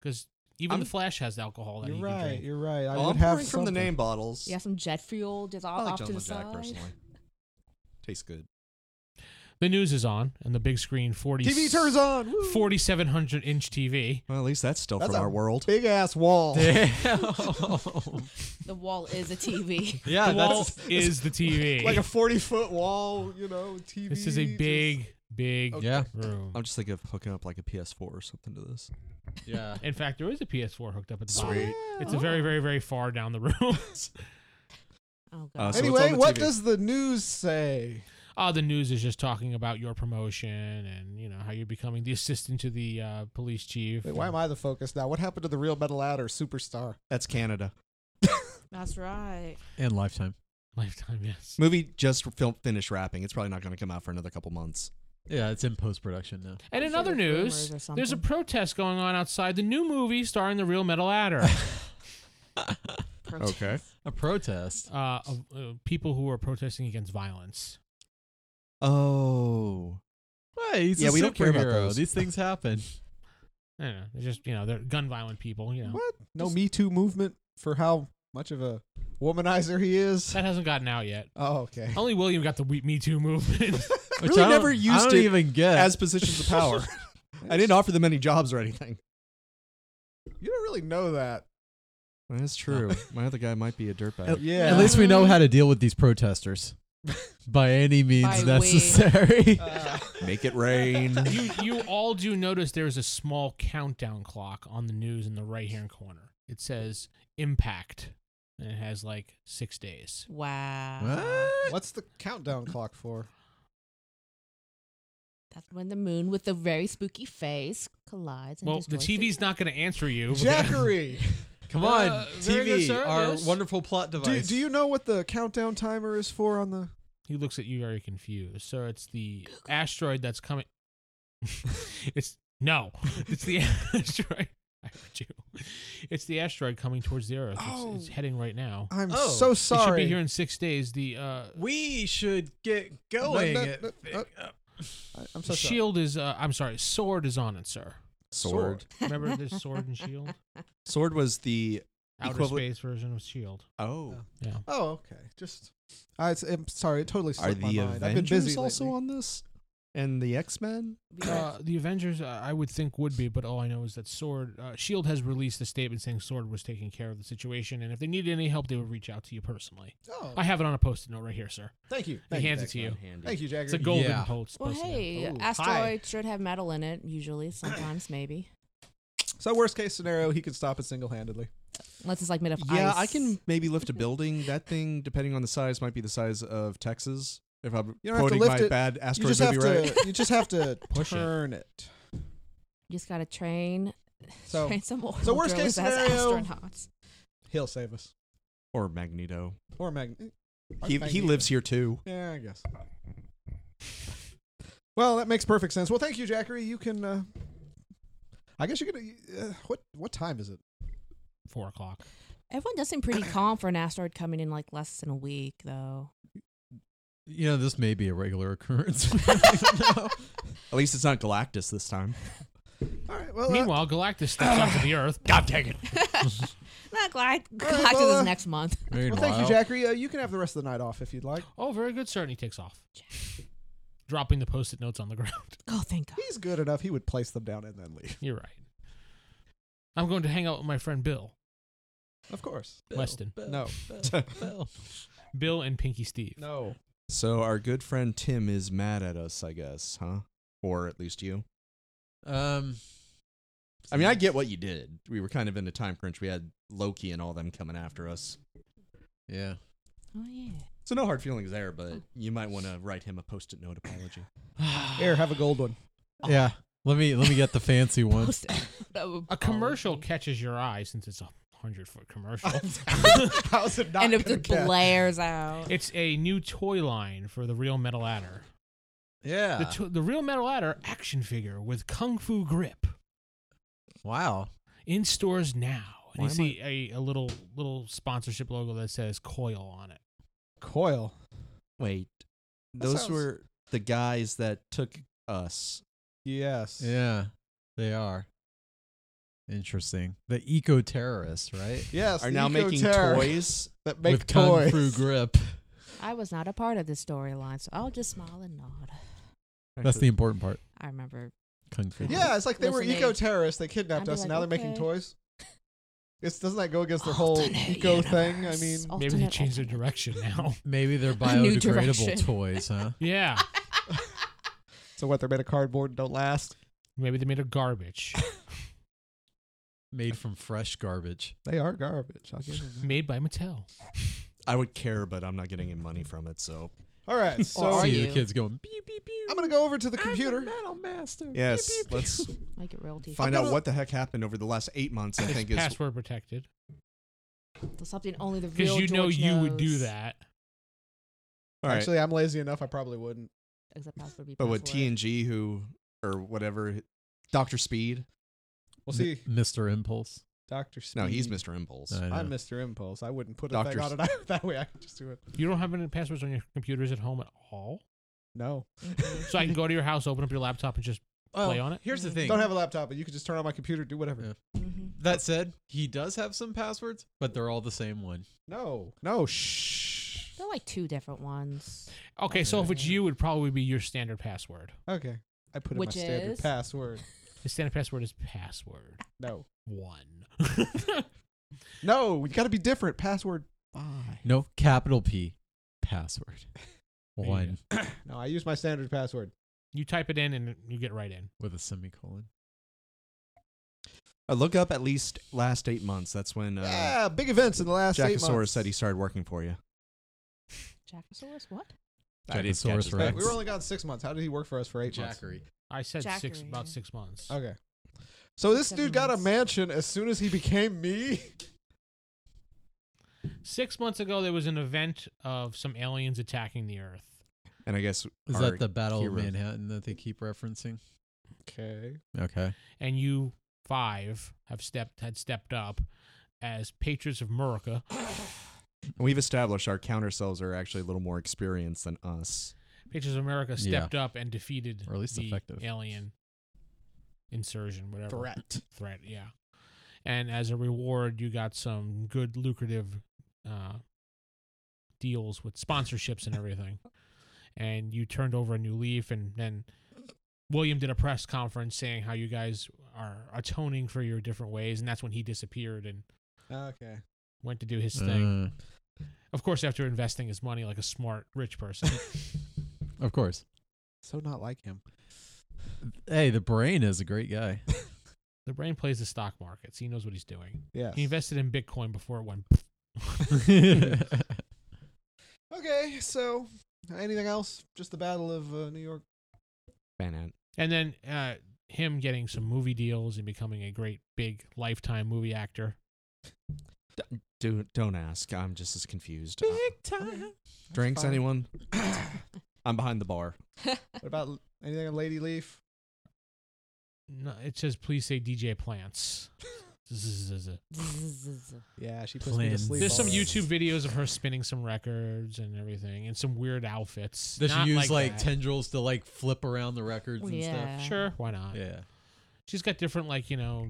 Speaker 1: because even the
Speaker 2: I'm-
Speaker 1: Flash has alcohol that
Speaker 4: You're
Speaker 1: he can
Speaker 4: right.
Speaker 1: drink.
Speaker 4: You're right. I
Speaker 2: Well,
Speaker 4: would
Speaker 2: I'm
Speaker 4: have
Speaker 2: pouring from the
Speaker 4: something.
Speaker 2: name bottles.
Speaker 5: Yeah, some jet fuel just
Speaker 2: I
Speaker 5: off,
Speaker 2: like
Speaker 5: off to
Speaker 2: Gentleman
Speaker 5: the
Speaker 2: Jack
Speaker 5: side.
Speaker 2: personally. Tastes good.
Speaker 1: The news is on, and the big screen forty
Speaker 4: TV turns on. Woo.
Speaker 1: forty-seven hundred inch
Speaker 2: <laughs>
Speaker 1: TV.
Speaker 2: Well, at least that's still
Speaker 4: That's
Speaker 2: from
Speaker 4: a
Speaker 2: our world.
Speaker 4: Big ass wall.
Speaker 3: Damn.
Speaker 5: The wall is a TV.
Speaker 3: <laughs> yeah,
Speaker 1: the wall
Speaker 3: that's
Speaker 1: is the TV. <laughs>
Speaker 4: <laughs> like a 40 foot wall, you know, TV.
Speaker 1: this is a
Speaker 4: just-
Speaker 1: big, big
Speaker 3: yeah.
Speaker 1: room.
Speaker 2: I'm just thinking of hooking up like a PS4 or something to this.
Speaker 3: Yeah.
Speaker 1: In fact, there is a PS4 hooked up at the bottom.
Speaker 2: Sweet.
Speaker 1: It's a very, very, very far down the <laughs> room.
Speaker 5: <laughs> Oh
Speaker 2: Uh,
Speaker 5: god.
Speaker 2: so-
Speaker 4: anyway,
Speaker 2: on the
Speaker 4: what
Speaker 2: TV?
Speaker 4: does the news say?
Speaker 1: Ah, the news is just talking about your promotion and you know how you're becoming the <laughs> assistant to the uh, police chief.
Speaker 4: Wait, why am I the focus now? What happened to the real metal ad or superstar?
Speaker 2: That's Canada.
Speaker 4: <laughs>
Speaker 5: That's right.
Speaker 3: And lifetime.
Speaker 1: <laughs> Lifetime,
Speaker 2: <laughs>
Speaker 1: yes.
Speaker 2: Movie just film finished wrapping. It's probably not going to come out for another couple months.
Speaker 3: Yeah, it's in post production now.
Speaker 1: And
Speaker 5: I'm
Speaker 1: in
Speaker 5: sure
Speaker 1: other
Speaker 5: there's
Speaker 1: news,
Speaker 5: rumors or
Speaker 1: there's a
Speaker 5: something.
Speaker 1: protest going on outside the new movie starring the real metal adder.
Speaker 5: Protein.
Speaker 2: Okay.
Speaker 3: A protest.
Speaker 1: uh, of, uh, people who are protesting against violence.
Speaker 2: Oh,
Speaker 3: Hey, he's
Speaker 2: Yeah,
Speaker 3: a
Speaker 2: we don't care about
Speaker 3: superhero.
Speaker 2: those.
Speaker 3: These things
Speaker 2: <laughs>
Speaker 3: happen.
Speaker 1: I don't know. They're just, you know, they're gun violent people, you know.
Speaker 4: What? No Me Too movement for how much of a womanizer he is?
Speaker 1: That hasn't gotten out yet.
Speaker 4: Oh, okay.
Speaker 1: <laughs> Only William got the We- Me Too movement. <laughs>
Speaker 3: Which
Speaker 2: Really
Speaker 3: I don't-
Speaker 2: never
Speaker 3: I
Speaker 2: used
Speaker 3: don't
Speaker 2: it
Speaker 3: even get.
Speaker 2: as positions
Speaker 4: <laughs>
Speaker 2: of power. I didn't offer them any jobs or anything.
Speaker 4: You don't really know that.
Speaker 2: That's
Speaker 3: true.
Speaker 2: My other guy might be a dirtbag.
Speaker 3: At-
Speaker 4: Yeah.
Speaker 3: At least we know how to deal with these
Speaker 2: <laughs>
Speaker 3: protesters by any means
Speaker 1: <laughs>
Speaker 5: By way.
Speaker 3: necessary.
Speaker 4: Uh,
Speaker 2: Make it <laughs> rain.
Speaker 1: you, you all do notice there is a small countdown clock on the news in the right hand corner. It says impact, and it has like six days.
Speaker 5: Wow.
Speaker 4: what's the countdown clock
Speaker 1: <laughs>
Speaker 4: for?
Speaker 5: That's when the moon with the very spooky face collides. And
Speaker 1: well, the
Speaker 5: destroys
Speaker 1: TV's not going to answer you. because-
Speaker 4: <laughs> Jackery!
Speaker 3: Come
Speaker 1: Uh,
Speaker 3: on,
Speaker 1: very good,
Speaker 3: TV,
Speaker 1: sir.
Speaker 3: our
Speaker 1: Yes.
Speaker 3: wonderful plot
Speaker 4: do,
Speaker 3: device.
Speaker 4: do you know what the countdown timer is for on the
Speaker 1: <laughs> He looks at you very confused. So it's the asteroid that's coming. <laughs> it's
Speaker 4: <laughs>
Speaker 1: no, it's the asteroid. I heard you. It's the asteroid coming towards the Earth. It's, it's
Speaker 4: Oh.
Speaker 1: heading right now.
Speaker 4: I'm
Speaker 2: Oh,
Speaker 4: so
Speaker 2: it
Speaker 1: It should
Speaker 4: sorry.
Speaker 1: be here in six days. The uh,
Speaker 3: We should get going.
Speaker 4: No, no, no, I- I'm so sorry.
Speaker 1: shield is. Uh, I'm sorry, sword is on it, sir.
Speaker 2: Sword.
Speaker 1: Remember this sword and shield,
Speaker 2: Sword was the
Speaker 1: outer
Speaker 2: Equivalent-
Speaker 1: space version of shield.
Speaker 2: oh.
Speaker 1: Yeah.
Speaker 4: Oh, okay. Just I, am sorry. It totally
Speaker 2: Are
Speaker 4: slipped my
Speaker 2: the
Speaker 4: mind. I've been busy
Speaker 2: Avengers also
Speaker 4: lately.
Speaker 2: on this? And the X Men?
Speaker 5: The
Speaker 1: Uh,
Speaker 5: Earth.
Speaker 1: the Avengers, uh, I would think, would be, but all I know is that Sword, uh, Shield has released a statement saying Sword E was taking care of the situation, and if they needed any help, they would reach out to you personally.
Speaker 4: Oh,
Speaker 1: I have it on a post-it note right here, sir.
Speaker 4: thank you.
Speaker 1: He
Speaker 4: Thank you.
Speaker 1: hands it to you.
Speaker 4: Thank you, Jagger.
Speaker 1: It's a golden
Speaker 3: Yeah.
Speaker 1: post.
Speaker 5: well,
Speaker 1: post-it note.
Speaker 5: hey,
Speaker 2: Oh,
Speaker 5: asteroid should have metal in it. Usually, sometimes maybe,
Speaker 4: So worst case scenario, he could stop it single handedly.
Speaker 5: unless it's like made of
Speaker 2: Yeah,
Speaker 5: ice.
Speaker 2: I can maybe lift a building. That thing, depending on the size, might be the size of Texas. If I'm
Speaker 4: You don't have to
Speaker 2: quoting
Speaker 4: lift
Speaker 2: my
Speaker 4: it.
Speaker 2: bad
Speaker 4: You
Speaker 2: asteroid
Speaker 4: just have
Speaker 2: movie, right?
Speaker 4: to. You just have
Speaker 2: <laughs>
Speaker 4: to
Speaker 1: Push it.
Speaker 4: turn it.
Speaker 5: You just gotta train,
Speaker 4: So
Speaker 5: train some oil
Speaker 4: so worst case
Speaker 5: drillers as
Speaker 4: scenario-
Speaker 5: astronauts.
Speaker 4: he'll save us. eh,
Speaker 2: Or Magneto.
Speaker 4: Or Magn.
Speaker 2: He, he lives here too.
Speaker 4: Yeah, I guess. Well, that makes perfect sense. Well, thank you, Jackery. You can. Uh, I guess you could. Uh, what what time is it?
Speaker 1: Four o'clock.
Speaker 5: Everyone does seem <coughs> pretty calm for an asteroid coming in like less than a week, though.
Speaker 3: You know, this may be a regular
Speaker 2: <laughs>
Speaker 3: occurrence. <laughs>
Speaker 2: At least it's not Galactus this time.
Speaker 4: All right. Well, uh,
Speaker 1: Meanwhile, Galactus steps onto the Earth. God dang it!
Speaker 5: Not <laughs> glad.
Speaker 4: All right,
Speaker 5: Galactus
Speaker 4: well, uh,
Speaker 5: is next month. <laughs>
Speaker 4: well thank you, Jackery. Uh, you can have the rest of the night off if you'd like.
Speaker 1: Oh, very good, sir. And he takes off, dropping the post-it notes on the <laughs> ground.
Speaker 5: Oh, thank <laughs> God.
Speaker 4: He's good enough. He would place them down and then leave.
Speaker 1: You're right. I'm going to hang out with my friend Bill,
Speaker 4: Of course.
Speaker 1: Weston,
Speaker 4: No.
Speaker 1: Bill, and Pinky Steve.
Speaker 4: No.
Speaker 2: So our good friend Tim is mad at us, I guess, huh? Or at least you.
Speaker 3: Um,
Speaker 2: I mean, I get what you did. We were kind of in a time crunch. We had Loki and all them coming after us.
Speaker 3: yeah.
Speaker 5: Oh yeah.
Speaker 2: So no hard feelings there, but you might want to write him a post-it note apology.
Speaker 4: <sighs> Here, have a gold one.
Speaker 3: yeah. ah. Let me let me get the
Speaker 2: <laughs>
Speaker 3: fancy one.
Speaker 5: Post- <laughs> that would
Speaker 1: A commercial
Speaker 5: probably-
Speaker 1: catches your eye since it's a hundred foot
Speaker 4: <laughs>
Speaker 1: commercial.
Speaker 4: <laughs> How's it not?
Speaker 5: and it
Speaker 4: gonna
Speaker 5: just
Speaker 4: catch?
Speaker 5: blares out.
Speaker 1: It's a new toy line for the Real Metal Ladder.
Speaker 3: Yeah.
Speaker 1: The, to- the Real Metal Ladder action figure with Kung Fu grip
Speaker 3: wow.
Speaker 1: in stores now. And
Speaker 2: Why
Speaker 1: you
Speaker 2: am
Speaker 1: see a, a little little sponsorship logo that says Coil on it.
Speaker 4: Coil.
Speaker 2: Wait,
Speaker 4: That
Speaker 2: those
Speaker 4: sounds-
Speaker 2: were the guys that took us.
Speaker 4: Yes.
Speaker 3: Yeah. They are. Interesting. The eco terrorists, right?
Speaker 2: <laughs>
Speaker 4: Yes.
Speaker 2: Are
Speaker 4: the
Speaker 2: now making
Speaker 4: eco-terror
Speaker 2: toys.
Speaker 4: that make
Speaker 3: With
Speaker 4: toys.
Speaker 3: kung fu grip.
Speaker 5: I was not a part of this storyline, so I'll just smile and nod.
Speaker 3: That's the important part.
Speaker 5: I remember.
Speaker 3: Kung fu.
Speaker 4: Yeah, it's like they were
Speaker 5: Listen, they-
Speaker 4: eco terrorists. They kidnapped
Speaker 5: I'd be
Speaker 4: us, and
Speaker 5: like,
Speaker 4: now they're making
Speaker 5: okay. Oh,
Speaker 4: toys. It's doesn't that go against their whole
Speaker 5: Alternate
Speaker 4: eco thing? I
Speaker 5: universe.
Speaker 4: mean,
Speaker 1: Maybe they
Speaker 5: Alternate,
Speaker 1: changed their
Speaker 5: alternate.
Speaker 1: direction
Speaker 5: <laughs>
Speaker 1: now. <laughs>
Speaker 3: Maybe
Speaker 4: <laughs>
Speaker 3: they're
Speaker 5: A new direction.
Speaker 3: biodegradable toys, huh?
Speaker 1: yeah.
Speaker 4: so what? They're made of cardboard and don't last.
Speaker 1: Maybe they made a garbage
Speaker 3: Made from fresh garbage.
Speaker 4: They are garbage. I'll give them that.
Speaker 1: made by Mattel.
Speaker 2: <laughs> I would care, but I'm not getting any money from it. So
Speaker 4: All right, so
Speaker 5: Or-
Speaker 4: I'm
Speaker 3: See
Speaker 5: you?
Speaker 3: the kids going pew pew pew.
Speaker 4: gonna go over to the computer.
Speaker 3: metal master.
Speaker 2: yes, let's
Speaker 5: Make it royalty.
Speaker 2: find
Speaker 4: I'm
Speaker 2: out
Speaker 4: gonna-
Speaker 2: what the heck happened over the last eight months. I
Speaker 1: It's
Speaker 2: think is
Speaker 1: password protected
Speaker 5: Something only the
Speaker 1: because
Speaker 5: real
Speaker 1: you know
Speaker 5: George
Speaker 1: you would do
Speaker 5: knows.
Speaker 1: that.
Speaker 2: all right.
Speaker 4: Actually, I'm lazy enough. I probably wouldn't.
Speaker 5: Except password would be
Speaker 4: Oh,
Speaker 2: But with
Speaker 5: password.
Speaker 2: TNG, who or whatever, Doctor Speed.
Speaker 4: We'll see.
Speaker 3: Mr. Impulse.
Speaker 4: Doctor Speed.
Speaker 2: No, he's Mr. Impulse.
Speaker 3: I
Speaker 4: I'm
Speaker 3: know.
Speaker 4: Mr. Impulse. I wouldn't put a
Speaker 2: Dr.
Speaker 4: thing on it <laughs> that way. I could just do it.
Speaker 1: You don't have any passwords on your computers at home at all.
Speaker 4: No,
Speaker 1: So I can go to your house, open up your laptop, and just play on it?
Speaker 3: Here's the thing.
Speaker 4: don't have a laptop, but you could just turn on my computer, do whatever.
Speaker 3: Yeah.
Speaker 5: Mhm.
Speaker 3: that said, he does have some passwords, but they're all the same one.
Speaker 4: No, no, shh.
Speaker 5: They're like two different ones.
Speaker 1: Okay, so if it's you, it would probably be your standard password.
Speaker 4: Okay, I put in
Speaker 5: Which
Speaker 4: my standard
Speaker 5: is?
Speaker 4: password.
Speaker 1: The standard password is password
Speaker 4: No,
Speaker 1: one. <laughs>
Speaker 4: no, you got to be different. Password five.
Speaker 3: No, capital P, password.
Speaker 4: <laughs>
Speaker 1: There you
Speaker 3: One
Speaker 4: No, I use my standard password.
Speaker 1: you type it in and you get right in.
Speaker 3: with a semicolon.
Speaker 2: I Uh, look up at least last eight months. That's when uh,
Speaker 4: yeah, big events in the last eight
Speaker 2: Jackosaurus
Speaker 4: months.
Speaker 2: said he started working for you.
Speaker 5: Jackosaurus, what?
Speaker 2: I didn't catch
Speaker 3: Jackosaurus
Speaker 2: it.
Speaker 4: Wait,
Speaker 3: Rex.
Speaker 4: we were only gone six months. How did he work for us for eight months?
Speaker 3: Jackery.
Speaker 1: I said six
Speaker 5: Jackery,
Speaker 1: about
Speaker 5: yeah.
Speaker 1: six months.
Speaker 4: Okay. So this
Speaker 5: Seven
Speaker 4: dude got a
Speaker 5: months.
Speaker 4: mansion as soon as he became me. <laughs>
Speaker 1: Six months ago, there was an event of some aliens attacking the Earth.
Speaker 2: And I guess
Speaker 3: Is
Speaker 2: our
Speaker 3: that the Battle
Speaker 2: hero-
Speaker 3: of Manhattan that they keep referencing?
Speaker 4: Okay.
Speaker 3: Okay.
Speaker 1: and you five have stepped had stepped up as patriots of America,
Speaker 2: we've established our counter selves are actually a little more experienced than us.
Speaker 1: patriots of America
Speaker 3: Yeah.
Speaker 1: stepped up and defeated
Speaker 3: Or at least
Speaker 1: the
Speaker 3: effective.
Speaker 1: alien insurgent, whatever
Speaker 4: Threat.
Speaker 1: threat. Yeah, and as a reward, you got some good lucrative uh, deals with sponsorships and everything, and you turned over a new leaf. And then William did a press conference saying how you guys are atoning for your different ways, and that's when he disappeared and
Speaker 4: Okay.
Speaker 1: went to do his thing.
Speaker 3: Uh,
Speaker 1: Of course, after investing his money like a smart rich person. <laughs>
Speaker 3: Uh, of course.
Speaker 4: So not like him.
Speaker 3: Hey, the brain is a great guy.
Speaker 1: the brain plays the stock markets. He knows what he's doing.
Speaker 4: Yeah.
Speaker 1: He invested in Bitcoin before it went.
Speaker 4: Okay. So anything else? Just the Battle of uh, New York.
Speaker 2: Manhattan.
Speaker 1: And then uh, him getting some movie deals and becoming a great big lifetime movie actor.
Speaker 2: Dude, don't ask. I'm just as confused. Uh,
Speaker 4: Big time.
Speaker 2: drinks,
Speaker 4: fine.
Speaker 2: anyone? I'm behind the bar.
Speaker 4: <coughs> What about l- anything on Lady Leaf?
Speaker 1: No, it says please say DJ Plants. <laughs> Zzz.
Speaker 4: Yeah, she puts me to
Speaker 3: Plans.
Speaker 4: sleep.
Speaker 1: There's some
Speaker 4: already.
Speaker 1: YouTube videos of her spinning some records and everything, and some weird outfits.
Speaker 3: Does she
Speaker 1: Not
Speaker 3: use
Speaker 1: like,
Speaker 3: like,
Speaker 1: that.
Speaker 3: tendrils to like flip around the records and
Speaker 5: Oh, yeah.
Speaker 1: Sure, why not?
Speaker 3: stuff? Yeah.
Speaker 1: She's got different like you know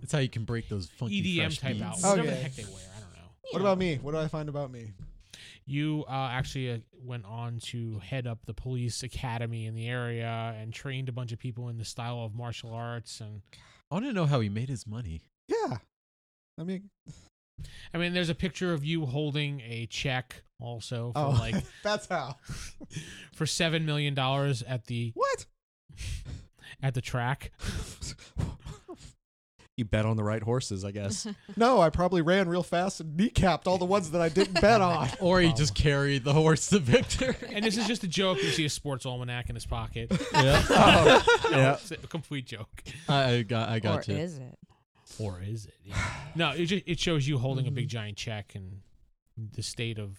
Speaker 3: That's how you can break those funky
Speaker 1: EDM
Speaker 3: fresh
Speaker 1: E type
Speaker 3: beats.
Speaker 1: outfits.
Speaker 4: Oh,
Speaker 1: Whatever the
Speaker 4: yeah.
Speaker 1: heck they wear, I don't know.
Speaker 4: What <laughs> about me? What do I find about me?
Speaker 1: You uh, actually uh, went on to head up the police academy in the area and trained a bunch of people in the style of martial arts. And
Speaker 3: I want to know how he made his money.
Speaker 4: Yeah. I mean,
Speaker 1: I mean, there's a picture of you holding a check also for
Speaker 4: oh,
Speaker 1: like
Speaker 2: <laughs>
Speaker 4: <laughs> that's how.
Speaker 1: for seven million dollars at the
Speaker 4: What?
Speaker 1: at the track.
Speaker 2: You bet on the right horses,
Speaker 4: <laughs>
Speaker 2: I guess.
Speaker 4: no, I probably ran real fast and kneecapped all the ones that I didn't bet on.
Speaker 3: Or he just carried the horse to victory.
Speaker 1: And this is just a joke. You see a sports almanac in his
Speaker 2: <laughs>
Speaker 1: pocket.
Speaker 3: <laughs> yeah.
Speaker 4: Oh.
Speaker 2: yeah.
Speaker 1: It's a complete joke.
Speaker 3: I I got I got
Speaker 5: or
Speaker 3: you.
Speaker 5: is it?
Speaker 1: Or is it? Yeah. No, it, ju- it shows you holding a
Speaker 2: Mm-hmm.
Speaker 1: big giant check, and the state of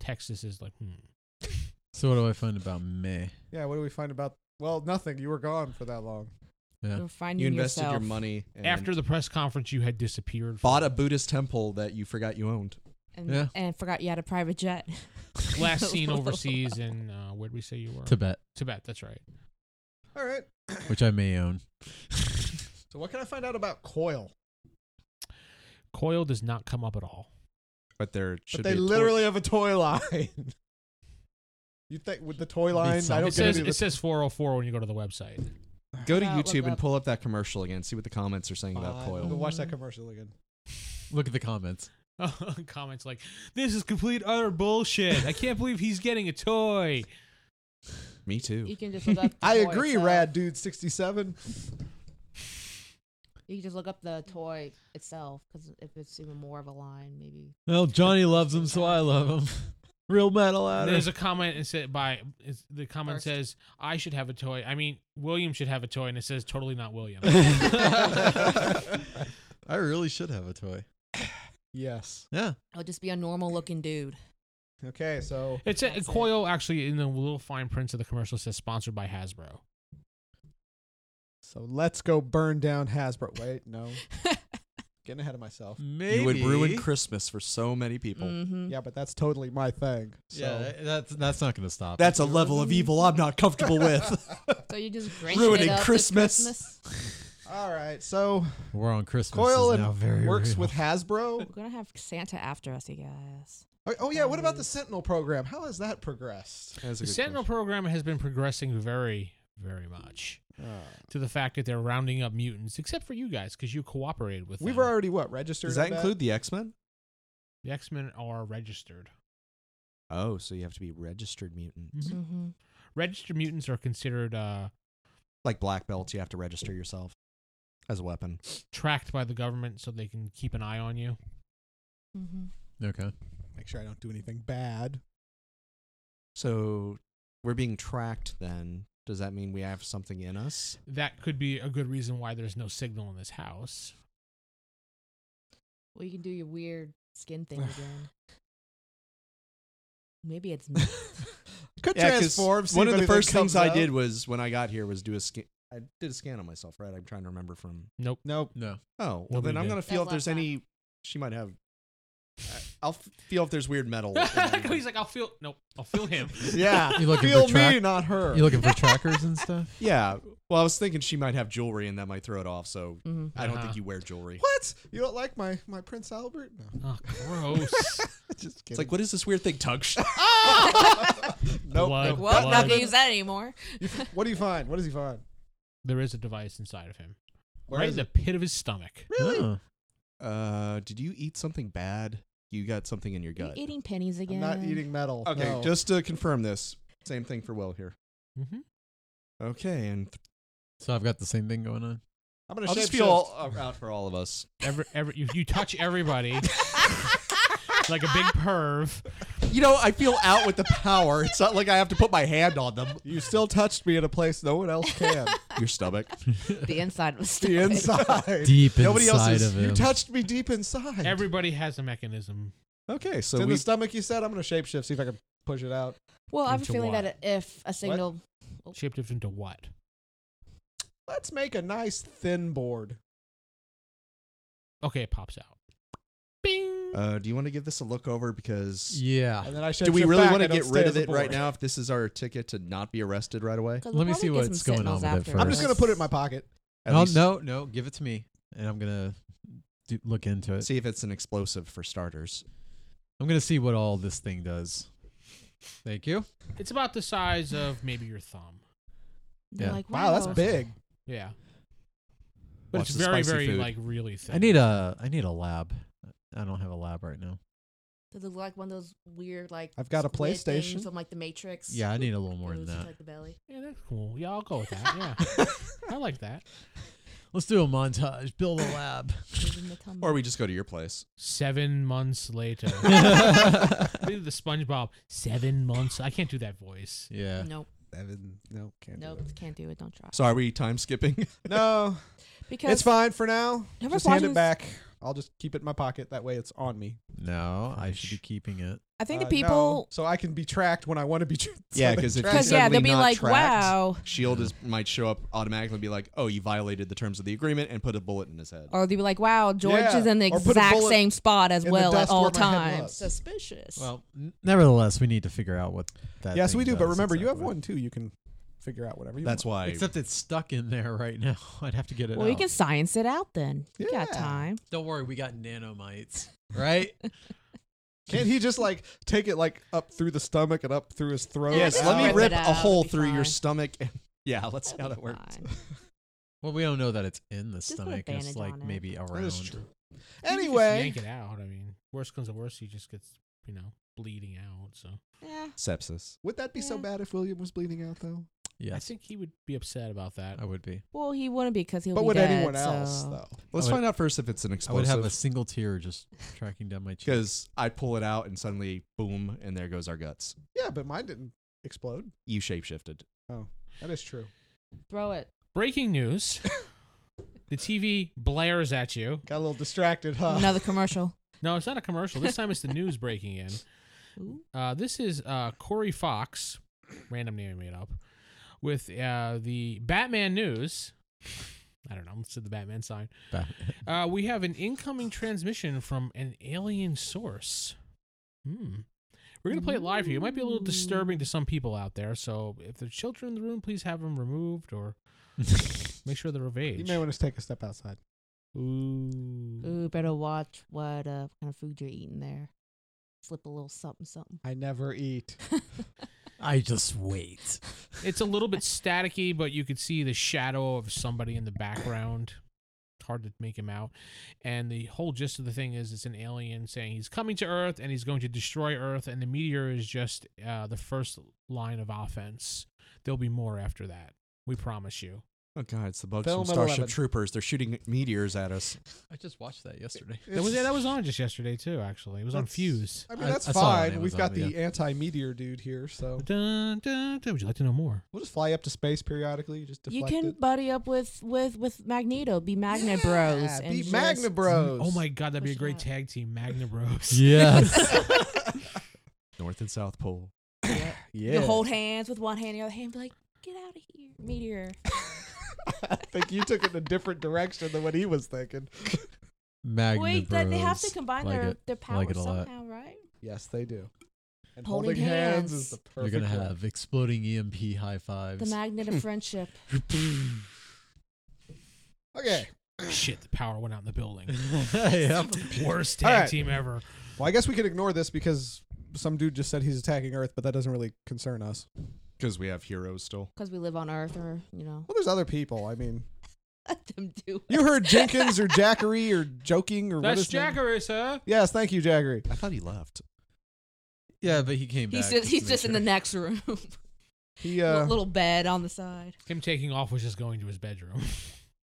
Speaker 1: Texas is like, hmm.
Speaker 3: So what do I find about me?
Speaker 4: Yeah, what do we find about? Well, nothing. You were gone for that long.
Speaker 3: Yeah.
Speaker 5: You're finding
Speaker 2: You invested
Speaker 5: yourself.
Speaker 2: your money and
Speaker 1: after the press conference, you had disappeared. for-
Speaker 2: bought a Buddhist temple that you forgot you owned.
Speaker 5: and,
Speaker 3: Yeah.
Speaker 5: and forgot you had a private jet.
Speaker 1: <laughs> last seen overseas in uh, where'd we say you were?
Speaker 3: Tibet,
Speaker 1: Tibet. That's right.
Speaker 4: All right. <coughs>
Speaker 3: which I may own.
Speaker 4: So what can I find out about Coil?
Speaker 1: Coil does not come up at all.
Speaker 2: But there should
Speaker 4: but they
Speaker 2: be a
Speaker 4: literally have a toy line. <laughs> you think with the toy line? I
Speaker 3: something.
Speaker 4: don't
Speaker 1: It
Speaker 4: get
Speaker 1: says
Speaker 4: any of <laughs>
Speaker 1: it
Speaker 4: the
Speaker 1: says 404 when you go to the website. <laughs>
Speaker 2: tor- Go to
Speaker 5: Yeah, look
Speaker 2: YouTube and
Speaker 5: up.
Speaker 2: pull up that commercial again. See what the comments are saying
Speaker 4: Fine,
Speaker 2: about
Speaker 4: I'm gonna
Speaker 2: coil.
Speaker 4: watch that commercial again.
Speaker 3: Look at the comments.
Speaker 1: Comments like, "This is complete utter bullshit. I can't believe he's getting a
Speaker 4: <laughs>
Speaker 1: toy."
Speaker 2: Me too.
Speaker 5: <laughs> You can just look up. the
Speaker 4: I
Speaker 5: toy
Speaker 4: agree,
Speaker 5: itself.
Speaker 4: Rad Dude sixty seven.
Speaker 5: You can just look up the toy itself because if it's even more of a line, maybe.
Speaker 3: Well, Johnny loves him, so I love him. <laughs> Real metal at
Speaker 1: There's
Speaker 3: <laughs>
Speaker 1: a comment and said by it's- the comment
Speaker 5: First.
Speaker 1: says, "I should have a toy." I mean, William should have a toy, and it says, "Totally not
Speaker 4: <laughs>
Speaker 1: William."
Speaker 3: I really should have a toy.
Speaker 4: Yes.
Speaker 3: Yeah.
Speaker 5: It'll just be a normal looking dude.
Speaker 4: Okay, so
Speaker 1: It's a
Speaker 5: That's it.
Speaker 1: Coil actually in the little fine prints of the commercial says sponsored by Hasbro.
Speaker 4: so let's go burn down Hasbro. Wait, no, getting ahead of myself.
Speaker 3: Maybe
Speaker 2: You would ruin Christmas for so many people.
Speaker 5: hmm
Speaker 4: Yeah, but that's totally my thing. So
Speaker 3: Yeah, that- that's that's not going to stop.
Speaker 2: That's a level of evil I'm
Speaker 4: <laughs>
Speaker 2: not comfortable with.
Speaker 5: So you just grinch
Speaker 2: Ruining
Speaker 5: it up to
Speaker 2: Christmas.
Speaker 4: all right, so
Speaker 3: We're on Christmas.
Speaker 4: Coil
Speaker 3: is now very
Speaker 4: and works
Speaker 3: real.
Speaker 4: with Hasbro.
Speaker 5: <laughs> We're gonna have Santa after us, you guys.
Speaker 4: Oh, Oh yeah, what about the Sentinel program? How has that progressed?
Speaker 2: That's a
Speaker 1: The
Speaker 2: good
Speaker 1: Sentinel program has been progressing very, very much to the fact that they're rounding up mutants, except for you guys because you cooperated with
Speaker 4: We've
Speaker 1: them.
Speaker 4: already what registered?
Speaker 2: Does that
Speaker 4: on
Speaker 2: include the X Men?
Speaker 1: the X Men are registered.
Speaker 2: Oh, so you have to be registered mutant.
Speaker 5: Mm-hmm.
Speaker 1: Registered mutants are considered uh,
Speaker 2: Like black belts, you have to register yourself as a weapon.
Speaker 1: tracked by the government so they can keep an eye on you.
Speaker 5: Mm-hmm.
Speaker 3: <laughs> Okay.
Speaker 4: Make sure I don't do anything bad.
Speaker 2: So we're being tracked then. Does that mean we have something in us?
Speaker 1: That could be a good reason why there's no signal in this house.
Speaker 5: Well, you can do your weird skin thing again. Maybe it's
Speaker 4: Could
Speaker 2: Yeah, 'cause
Speaker 4: transform. see
Speaker 2: one
Speaker 4: if
Speaker 2: of the
Speaker 4: anything
Speaker 2: first
Speaker 4: comes
Speaker 2: things I
Speaker 4: up.
Speaker 2: did was when I got here was do a scan. I did a scan on myself, right? I'm trying to remember from.
Speaker 1: Nope.
Speaker 4: Nope.
Speaker 3: No.
Speaker 2: Oh, well,
Speaker 1: Nobody
Speaker 2: then I'm
Speaker 1: did.
Speaker 2: gonna feel
Speaker 5: That was
Speaker 2: if there's
Speaker 5: last
Speaker 2: any. She might have. I- I'll
Speaker 1: <laughs>
Speaker 2: f- feel if there's weird metal. in my
Speaker 1: He's
Speaker 2: room.
Speaker 1: like, I'll feel. Nope, I'll feel him.
Speaker 2: yeah,
Speaker 3: You looking
Speaker 2: feel
Speaker 3: for track-
Speaker 2: me, not her.
Speaker 3: You looking for trackers and stuff?
Speaker 2: <laughs> yeah. Well, I was thinking she might have jewelry, and that might throw it off. So
Speaker 5: Mhm.
Speaker 2: I don't
Speaker 1: Uh-huh.
Speaker 2: think you wear jewelry.
Speaker 4: What? You don't like my my Prince Albert? No, <laughs>
Speaker 1: oh, gross. <laughs>
Speaker 4: just kidding. Ah!
Speaker 2: It's like, what is this weird thing, Tug?
Speaker 4: <laughs> Nope,
Speaker 1: Blood. Well,
Speaker 4: nope.
Speaker 5: well,
Speaker 1: not
Speaker 5: not
Speaker 1: gonna
Speaker 5: gonna
Speaker 1: use
Speaker 5: use that anymore.
Speaker 4: What do you find? What does he find?
Speaker 1: there is a device inside of him,
Speaker 4: Where
Speaker 1: right
Speaker 4: is
Speaker 1: in the
Speaker 4: it?
Speaker 1: pit of his stomach.
Speaker 4: Really?
Speaker 3: Oh.
Speaker 2: uh, did you eat something bad? You got something in your gut.
Speaker 5: eating pennies
Speaker 4: I'm
Speaker 5: again.
Speaker 4: not eating metal.
Speaker 2: Okay,
Speaker 4: no.
Speaker 2: just to confirm this, same thing for Will here.
Speaker 1: Mm-hmm.
Speaker 2: Okay, and
Speaker 3: So I've got the same thing going on. <laughs>
Speaker 4: I'm gonna
Speaker 2: I'll just
Speaker 4: shape
Speaker 2: feel all,
Speaker 4: <laughs>
Speaker 2: <laughs> out for all of us.
Speaker 1: Every, every, you, you touch
Speaker 5: <laughs>
Speaker 1: everybody like a big perv.
Speaker 2: You know, I feel out with the power. It's not like I have to put my hand on them.
Speaker 4: You still touched me in a place no one else can.
Speaker 2: <laughs> Your stomach.
Speaker 5: <laughs> the inside was
Speaker 4: the inside.
Speaker 3: Deep
Speaker 2: Nobody else
Speaker 3: inside
Speaker 2: is-
Speaker 3: of him.
Speaker 4: You touched me deep inside.
Speaker 1: Everybody has a mechanism.
Speaker 2: Okay, so
Speaker 4: it's in
Speaker 2: we
Speaker 4: the stomach. You said I'm gonna shapeshift. See if I can push it out.
Speaker 5: <laughs> Well, I have a
Speaker 1: Into
Speaker 5: feeling
Speaker 1: what?
Speaker 5: that if a signal,
Speaker 1: Shaped it into what?
Speaker 4: Let's make a nice thin board.
Speaker 1: Okay, it pops out. Bing.
Speaker 2: uh, do you want to give this a look over because
Speaker 3: yeah.
Speaker 4: And then I shapeshift.
Speaker 2: do we really
Speaker 4: want to
Speaker 2: get rid of it right now if this is our ticket to not be arrested right away?
Speaker 5: 'cause
Speaker 3: Let me
Speaker 5: probably
Speaker 3: see
Speaker 5: get
Speaker 3: what's
Speaker 5: some
Speaker 3: going on
Speaker 5: signals
Speaker 3: with it
Speaker 5: after
Speaker 3: first.
Speaker 4: I'm just gonna
Speaker 5: this.
Speaker 4: put it in my pocket.
Speaker 2: At
Speaker 3: oh
Speaker 2: least
Speaker 3: no, no, give it to me, and I'm gonna do, look into it.
Speaker 2: See if it's an explosive for starters.
Speaker 3: I'm gonna see what all this thing does. Thank you.
Speaker 1: It's about the size of maybe your thumb.
Speaker 5: They're
Speaker 3: Yeah.
Speaker 5: Like, wow,
Speaker 4: Wow, that's big.
Speaker 1: Yeah. But
Speaker 2: Watch
Speaker 1: it's
Speaker 2: the
Speaker 1: very,
Speaker 2: spicy
Speaker 1: very
Speaker 2: food.
Speaker 1: like really thin.
Speaker 3: I need a I need a lab. I don't have a lab right now.
Speaker 5: Does it look like one of those weird like?
Speaker 4: I've got a
Speaker 5: squid things
Speaker 4: PlayStation.
Speaker 5: from like the Matrix.
Speaker 3: Yeah, I need a little more than
Speaker 5: It was
Speaker 3: that.
Speaker 5: like
Speaker 3: <laughs>
Speaker 5: the belly.
Speaker 1: Yeah, that's cool. Yeah, I'll go with that. Yeah, I like that.
Speaker 3: Let's do a montage. Build a lab.
Speaker 5: It was in the tummy.
Speaker 2: Or we just go to your place.
Speaker 1: Seven months
Speaker 3: <laughs>
Speaker 1: later, We did the SpongeBob. Seven months. I can't do that voice.
Speaker 3: yeah.
Speaker 5: Nope,
Speaker 4: Seven. No, can't. do
Speaker 5: nope,
Speaker 4: it.
Speaker 5: can't do it. Don't try.
Speaker 2: So are we time skipping? <laughs>
Speaker 4: No,
Speaker 5: Because
Speaker 4: it's fine for now.
Speaker 5: I was
Speaker 4: Just hand it
Speaker 5: watching-
Speaker 4: back. I'll just keep it in my pocket. That way, it's on me.
Speaker 3: No, I should be keeping it.
Speaker 5: I think
Speaker 4: Uh,
Speaker 5: the people,
Speaker 4: no, so I can be tracked when I want to be <laughs> tra-
Speaker 2: Yeah,
Speaker 4: so
Speaker 2: 'cause if
Speaker 4: they track
Speaker 2: you
Speaker 5: because yeah,
Speaker 2: suddenly
Speaker 5: they'll be
Speaker 2: not
Speaker 5: like,
Speaker 2: tracked.
Speaker 5: wow,
Speaker 2: Shield is might show up automatically and be like, "Oh, you violated the terms of the agreement," and put a bullet in his head.
Speaker 5: or they'll be like, wow, George
Speaker 4: Yeah,
Speaker 5: is in the
Speaker 4: or put a
Speaker 5: exact
Speaker 4: bullet
Speaker 5: same spot as
Speaker 4: in the
Speaker 5: well at
Speaker 4: dust
Speaker 5: all
Speaker 4: where my head
Speaker 5: times.
Speaker 4: was.
Speaker 5: Suspicious.
Speaker 3: Well, n- nevertheless, we need to figure out what that.
Speaker 4: Yes,
Speaker 3: thing
Speaker 4: we do. But
Speaker 3: does
Speaker 4: remember, you have
Speaker 3: exactly.
Speaker 4: one too. You can figure out whatever you
Speaker 2: That's why.
Speaker 3: Except it's stuck in there right now. <laughs> I'd have to get it
Speaker 5: well,
Speaker 3: out.
Speaker 5: you can science it out then. You got
Speaker 4: Yeah.
Speaker 5: time.
Speaker 3: Don't worry, we got nanomites,
Speaker 5: <laughs>
Speaker 3: right?
Speaker 4: want. Can't he just like take it like up through the stomach and up through his throat?
Speaker 2: yes,
Speaker 5: just
Speaker 4: and
Speaker 2: let me
Speaker 4: out?
Speaker 5: rip it
Speaker 2: rip
Speaker 5: out,
Speaker 2: a hole
Speaker 5: it'll be
Speaker 2: through your
Speaker 5: fine.
Speaker 2: stomach. and- <laughs> yeah, let's see how
Speaker 5: That'll
Speaker 2: that
Speaker 5: be
Speaker 2: works.
Speaker 5: fine.
Speaker 3: well, we don't know that it's in the
Speaker 5: put a
Speaker 3: stomach. It's
Speaker 5: bandage
Speaker 3: like
Speaker 5: on it.
Speaker 3: maybe
Speaker 4: That
Speaker 3: around.
Speaker 4: is true.
Speaker 1: You can just
Speaker 4: Anyway,
Speaker 1: yank it out. I mean, worst comes to worst, he just gets you know bleeding out. So
Speaker 5: Yeah.
Speaker 2: Sepsis.
Speaker 4: would that be so
Speaker 5: Yeah.
Speaker 4: bad if William was bleeding out though?
Speaker 1: I
Speaker 3: Yes, Oh.
Speaker 1: think he would be upset about that.
Speaker 3: I would be.
Speaker 5: Well, he wouldn't be because he'll
Speaker 4: but
Speaker 5: be
Speaker 4: would
Speaker 5: dead.
Speaker 4: anyone else
Speaker 5: so-
Speaker 4: though?
Speaker 2: Let's
Speaker 3: I would-
Speaker 2: find out first if it's an
Speaker 3: I would have a
Speaker 2: explosive.
Speaker 3: single tear just tracking down my cheek.
Speaker 2: Because I pull it out and suddenly, boom, and there goes our guts.
Speaker 4: Yeah, but mine didn't explode.
Speaker 2: You shapeshifted.
Speaker 4: That is true.
Speaker 5: Throw it.
Speaker 1: Breaking
Speaker 3: <laughs>
Speaker 1: news: the TV blares at you.
Speaker 4: Got a little distracted, huh?
Speaker 5: Another commercial.
Speaker 1: No, it's not a commercial. This time it's the news breaking in.
Speaker 5: <laughs> Ooh.
Speaker 1: Uh, this is uh, Corey Fox, random name I made up, with uh, the Batman news. I don't know. Let's do the Batman sign.
Speaker 3: Bat-
Speaker 1: Uh, we have an incoming transmission from an alien source. Hmm. We're going to play it live here. It might be a little disturbing to some people out there. So if there's children in the room, please have them removed
Speaker 4: <laughs>
Speaker 1: or make sure they're of age.
Speaker 4: You may want to take a step outside.
Speaker 1: Ooh.
Speaker 5: Ooh, better watch what uh, kind of food you're eating there. Slip a little something, something.
Speaker 4: I never eat.
Speaker 3: <laughs> I just wait.
Speaker 1: It's a little bit staticky, but you could see the shadow of somebody in the background. It's Hard to make him out. And the whole gist of the thing is it's an alien saying he's coming to Earth and he's going to destroy Earth, and the meteor is just uh, the first line of offense. There'll be more after that. We promise you.
Speaker 2: Oh, God, it's the bugs
Speaker 4: Film
Speaker 2: from
Speaker 4: at
Speaker 2: Starship
Speaker 4: 11.
Speaker 2: Troopers. They're shooting meteors at us.
Speaker 3: I just watched that
Speaker 4: <laughs>
Speaker 3: yesterday.
Speaker 1: That was, yeah, that was on just yesterday, too, actually. It was on
Speaker 4: That's-
Speaker 1: Fuse.
Speaker 4: I mean,
Speaker 3: I-
Speaker 4: that's
Speaker 3: I saw it on
Speaker 4: fine. We've got
Speaker 3: Amazon,
Speaker 4: the anti-meteor dude here, so
Speaker 1: Dun, dun, dun. Would you like to know more?
Speaker 4: we'll just fly up to space periodically. Just
Speaker 5: You
Speaker 4: deflect
Speaker 5: can
Speaker 4: it.
Speaker 5: buddy up with with with Magneto. Be Magna Bros.
Speaker 4: Yeah,
Speaker 5: and
Speaker 4: be
Speaker 5: just-
Speaker 4: Magna Bros.
Speaker 1: Oh, my God, that'd be a
Speaker 5: Push
Speaker 1: great
Speaker 4: <laughs>
Speaker 5: that. <laughs>
Speaker 1: tag team, Magna Bros.
Speaker 3: Yes.
Speaker 2: North North and South Pole.
Speaker 4: Yeah.
Speaker 5: You hold <laughs> hands with one hand, the other hand be like, "Get out of here, meteor."
Speaker 4: <laughs> I think you took it in a different direction than what he was
Speaker 5: <laughs>
Speaker 4: thinking.
Speaker 3: Magna
Speaker 5: Wait,
Speaker 3: Bros.
Speaker 5: that they have to combine
Speaker 3: Like
Speaker 5: their
Speaker 3: it.
Speaker 5: their
Speaker 3: I
Speaker 5: powers
Speaker 3: like it a lot.
Speaker 5: somehow, right?
Speaker 4: Yes, they do. And
Speaker 5: Holding
Speaker 4: holding, hands. is
Speaker 5: hands.
Speaker 4: the
Speaker 3: You're
Speaker 4: perfect.
Speaker 3: gonna
Speaker 4: one.
Speaker 3: have exploding EMP high
Speaker 5: The
Speaker 3: fives. <laughs>
Speaker 5: magnet of friendship.
Speaker 4: Okay.
Speaker 1: Shit, the power went out in the building.
Speaker 4: <laughs>
Speaker 5: <laughs>
Speaker 3: Yep.
Speaker 1: Worst
Speaker 4: All
Speaker 1: tag
Speaker 4: right.
Speaker 1: team ever.
Speaker 4: Well, I guess we could ignore this because some dude just said he's attacking Earth, but that doesn't really concern us.
Speaker 2: Because we have heroes still.
Speaker 5: Because we live on Earth, or you know,
Speaker 4: Well, there's other people. I mean,
Speaker 5: <laughs> let them do. it.
Speaker 4: you heard Jenkins
Speaker 1: <laughs>
Speaker 4: or Jackery or joking or what
Speaker 1: That's
Speaker 4: is his name?
Speaker 1: Jackery, sir.
Speaker 4: Yes, thank you, Jackery.
Speaker 2: I thought he left.
Speaker 3: yeah, but he came
Speaker 5: He's
Speaker 3: back.
Speaker 5: just
Speaker 3: to
Speaker 5: he's
Speaker 3: make
Speaker 5: just in
Speaker 3: sure.
Speaker 5: the next room, <laughs>
Speaker 4: He uh,
Speaker 5: little bed on the side.
Speaker 1: Him taking off was just going to his bedroom. <laughs>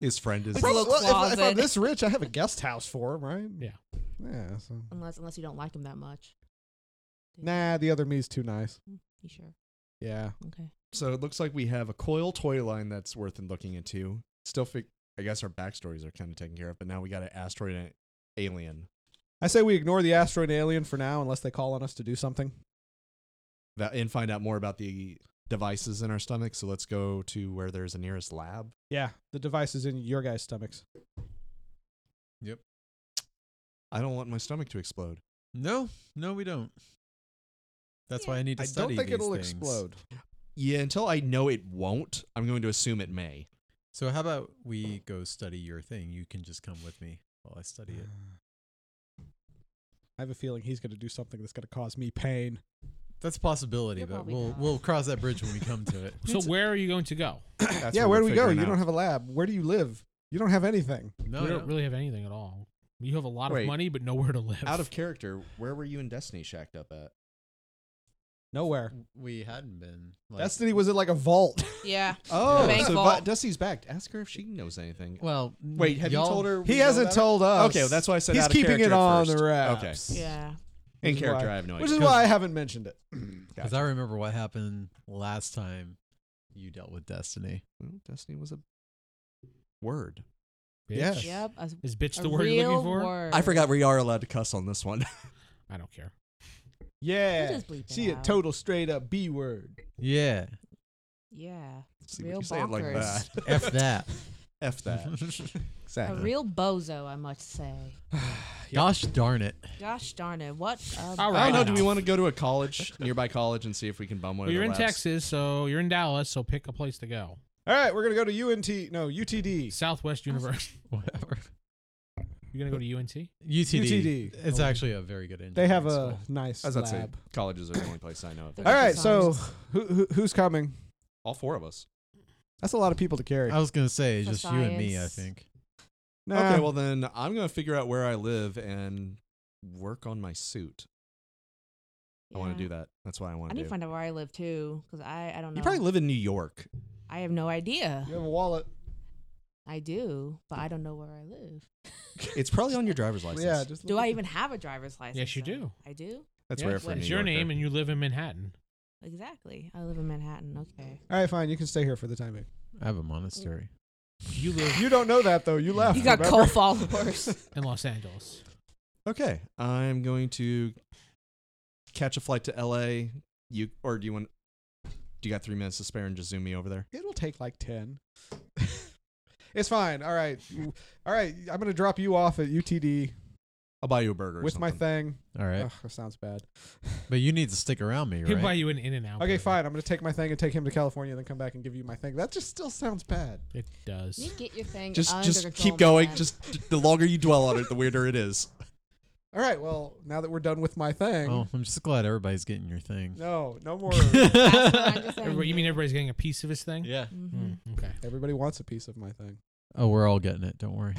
Speaker 2: His friend is.
Speaker 5: It's a little
Speaker 4: well, if, if I'm
Speaker 5: closet.
Speaker 4: this rich, I have a guest house for him, right?
Speaker 1: Yeah.
Speaker 4: Yeah. So.
Speaker 5: Unless unless you don't like him that much. Hmm,
Speaker 4: Nah, the other me's too nice.
Speaker 5: You sure?
Speaker 4: Yeah.
Speaker 5: Okay.
Speaker 2: So it looks like we have a coil toy line that's worth looking into. Still, fig- I guess our backstories are kind of taken care of, but now we got an asteroid and an alien.
Speaker 4: I say we ignore the asteroid alien for now unless they call on us to do something.
Speaker 2: that and find out more about the devices in our stomach. So let's go to where there's a nearest lab.
Speaker 4: Yeah. The device is in your guys' stomachs.
Speaker 2: I don't want my stomach to explode.
Speaker 3: No, no, we don't. That's
Speaker 5: Yeah.
Speaker 3: why I need to
Speaker 4: I
Speaker 3: study
Speaker 4: don't think
Speaker 3: these
Speaker 4: it'll
Speaker 3: things.
Speaker 4: explode.
Speaker 2: Yeah, until I know it won't, I'm going to assume it may. <coughs>
Speaker 3: So how about we go study your thing? You can just come with me while I study
Speaker 4: Uh,
Speaker 3: it.
Speaker 4: I have a feeling he's going to do something that's going to cause me pain.
Speaker 3: That's a possibility,
Speaker 5: You're
Speaker 3: but
Speaker 5: probably
Speaker 3: we'll
Speaker 5: not.
Speaker 3: we'll cross that bridge when we come to
Speaker 4: <laughs>
Speaker 3: it.
Speaker 1: So
Speaker 4: It's-
Speaker 1: where are you going to go?
Speaker 2: That's
Speaker 4: yeah,
Speaker 2: what
Speaker 4: where do
Speaker 2: we're
Speaker 4: we go?
Speaker 2: figuring
Speaker 4: You
Speaker 2: out.
Speaker 4: don't have a lab. Where do you live? You don't have anything.
Speaker 3: <laughs> No,
Speaker 1: we
Speaker 3: no.
Speaker 1: don't really have anything at all. You have a lot
Speaker 2: Wait.
Speaker 1: of money, but nowhere to live.
Speaker 2: out of character. Where were you and Destiny shacked up at?
Speaker 4: Nowhere.
Speaker 3: we hadn't been. Like,
Speaker 4: Destiny was in like a vault.
Speaker 5: Yeah.
Speaker 2: Oh,
Speaker 5: Bank
Speaker 2: so
Speaker 5: vault.
Speaker 2: Vi- Dusty's back. Ask her if she knows anything.
Speaker 3: well.
Speaker 2: <laughs> Wait, have you
Speaker 3: y'all-
Speaker 2: told her? we
Speaker 4: he
Speaker 2: know
Speaker 4: hasn't
Speaker 2: that?
Speaker 4: told us.
Speaker 2: Okay, well, that's why I said
Speaker 4: he's
Speaker 2: out of
Speaker 4: keeping it
Speaker 2: character
Speaker 4: on
Speaker 2: first.
Speaker 4: the
Speaker 2: Okay.
Speaker 4: wraps.
Speaker 5: <laughs> Yeah.
Speaker 2: In
Speaker 4: Which is
Speaker 2: character,
Speaker 4: why-
Speaker 2: I have no
Speaker 4: Which
Speaker 2: idea.
Speaker 4: is why I haven't mentioned it. <clears throat>
Speaker 3: Because I remember what happened last time you dealt with Destiny.
Speaker 2: Well, Destiny was a word.
Speaker 1: <laughs> bitch.
Speaker 4: Yes.
Speaker 5: Yep. A,
Speaker 1: Is bitch
Speaker 5: a
Speaker 1: the word you're
Speaker 5: real
Speaker 1: looking for?
Speaker 5: word.
Speaker 2: I forgot we are allowed to cuss on this one. <laughs>
Speaker 1: I don't care.
Speaker 5: You
Speaker 4: Yeah.
Speaker 5: just bleep it
Speaker 4: See a
Speaker 5: out.
Speaker 4: total straight up B word.
Speaker 3: Yeah,
Speaker 5: Yeah.
Speaker 2: See, when
Speaker 5: Real
Speaker 2: you say it like
Speaker 5: bonkers.
Speaker 2: that. <laughs>
Speaker 4: <laughs>
Speaker 3: f that.
Speaker 2: F <laughs> that.
Speaker 5: A
Speaker 2: Exactly.
Speaker 5: real bozo, I must say.
Speaker 3: Gosh darn it!
Speaker 5: Gosh darn it! What? A
Speaker 1: All
Speaker 2: I
Speaker 1: right.
Speaker 2: don't know. Do we
Speaker 1: enough.
Speaker 2: want to go to a college, nearby college, and see if we can bum
Speaker 1: Well,
Speaker 2: one of
Speaker 1: you're in
Speaker 2: the labs?
Speaker 1: Texas, so you're in Dallas, so pick a place to go.
Speaker 4: All right, we're gonna go to UNT. No, UTD.
Speaker 1: Southwest
Speaker 2: <laughs>
Speaker 1: University.
Speaker 3: Whatever.
Speaker 1: You're gonna go to UNT.
Speaker 3: UTD.
Speaker 4: UTD.
Speaker 3: It's actually a very good.
Speaker 4: Oh. They have
Speaker 3: engineering
Speaker 4: a nice
Speaker 2: I was about to say,
Speaker 4: lab.
Speaker 2: colleges are the only place I know of.
Speaker 5: They're
Speaker 4: All
Speaker 2: All
Speaker 5: good
Speaker 4: right,
Speaker 5: sized.
Speaker 4: so who, who who's coming? Oh,
Speaker 2: All four of us.
Speaker 4: That's a lot of people to carry.
Speaker 3: school. I was gonna say
Speaker 5: For
Speaker 3: just you and me. I
Speaker 5: science.
Speaker 3: think.
Speaker 4: Nah.
Speaker 2: Okay, well then I'm gonna figure out where I live and work on my suit. I want
Speaker 5: Yeah.
Speaker 2: to do that. That's what I want
Speaker 5: I
Speaker 2: to
Speaker 5: need
Speaker 2: do.
Speaker 5: to find out where I live too, because I I don't know.
Speaker 2: You probably live in New York.
Speaker 5: I have no idea.
Speaker 4: you have a wallet.
Speaker 5: I do, but I don't know where I live.
Speaker 2: It's probably on your driver's
Speaker 4: <laughs>
Speaker 2: license.
Speaker 4: Yeah, just
Speaker 5: <laughs> Do
Speaker 4: look
Speaker 5: I
Speaker 4: at
Speaker 5: even have a driver's license?
Speaker 1: Yes, you
Speaker 5: though?
Speaker 1: do.
Speaker 5: I do.
Speaker 2: that's
Speaker 1: Yeah,
Speaker 2: rare for a
Speaker 5: what-
Speaker 2: New
Speaker 1: It's your
Speaker 2: Yorker.
Speaker 1: name, and you live in Manhattan.
Speaker 5: Exactly. I live in Manhattan.
Speaker 2: <laughs>
Speaker 5: Okay.
Speaker 4: the- All right, fine. You can stay here for the time being.
Speaker 3: I have a monastery.
Speaker 1: You
Speaker 2: <laughs>
Speaker 1: live
Speaker 4: You don't know that though. You left.
Speaker 5: You got
Speaker 4: remember?
Speaker 5: cult followers.
Speaker 1: in Los Angeles.
Speaker 2: Okay, I'm going to catch a flight to L.A. You or do you want? Do you got three minutes to spare and just zoom me over there?
Speaker 4: <laughs> It'll take like ten. <laughs> it's fine. All right, You- all right. I'm gonna drop you off at UTD
Speaker 2: I'll buy you a burger. or
Speaker 4: with my
Speaker 2: something.
Speaker 4: thing.
Speaker 3: All right,
Speaker 4: Ugh, that sounds bad.
Speaker 3: but you need to stick around me,
Speaker 1: He'll buy
Speaker 3: right?
Speaker 1: you an In and Out.
Speaker 4: Okay, fine. I'm gonna take my thing and take him to California, and then come back and give you my thing. That just still sounds bad.
Speaker 1: It does.
Speaker 5: you get your thing.
Speaker 2: just
Speaker 5: under
Speaker 2: just
Speaker 5: control,
Speaker 2: keep going.
Speaker 5: man.
Speaker 2: Just the longer you dwell on it, the weirder
Speaker 4: <laughs>
Speaker 2: it is.
Speaker 4: All right. Well, now that we're done with my thing,
Speaker 3: Oh, I'm just glad everybody's getting your thing. <laughs>
Speaker 4: no, no more.
Speaker 5: <laughs> That's what
Speaker 2: <laughs>
Speaker 5: I'm just saying.
Speaker 1: Everybody, you mean everybody's getting a piece of his thing?
Speaker 3: yeah.
Speaker 5: Mhm.
Speaker 1: Mm, okay.
Speaker 4: Everybody wants a piece of my thing.
Speaker 3: <laughs> Oh, we're all getting it. Don't worry.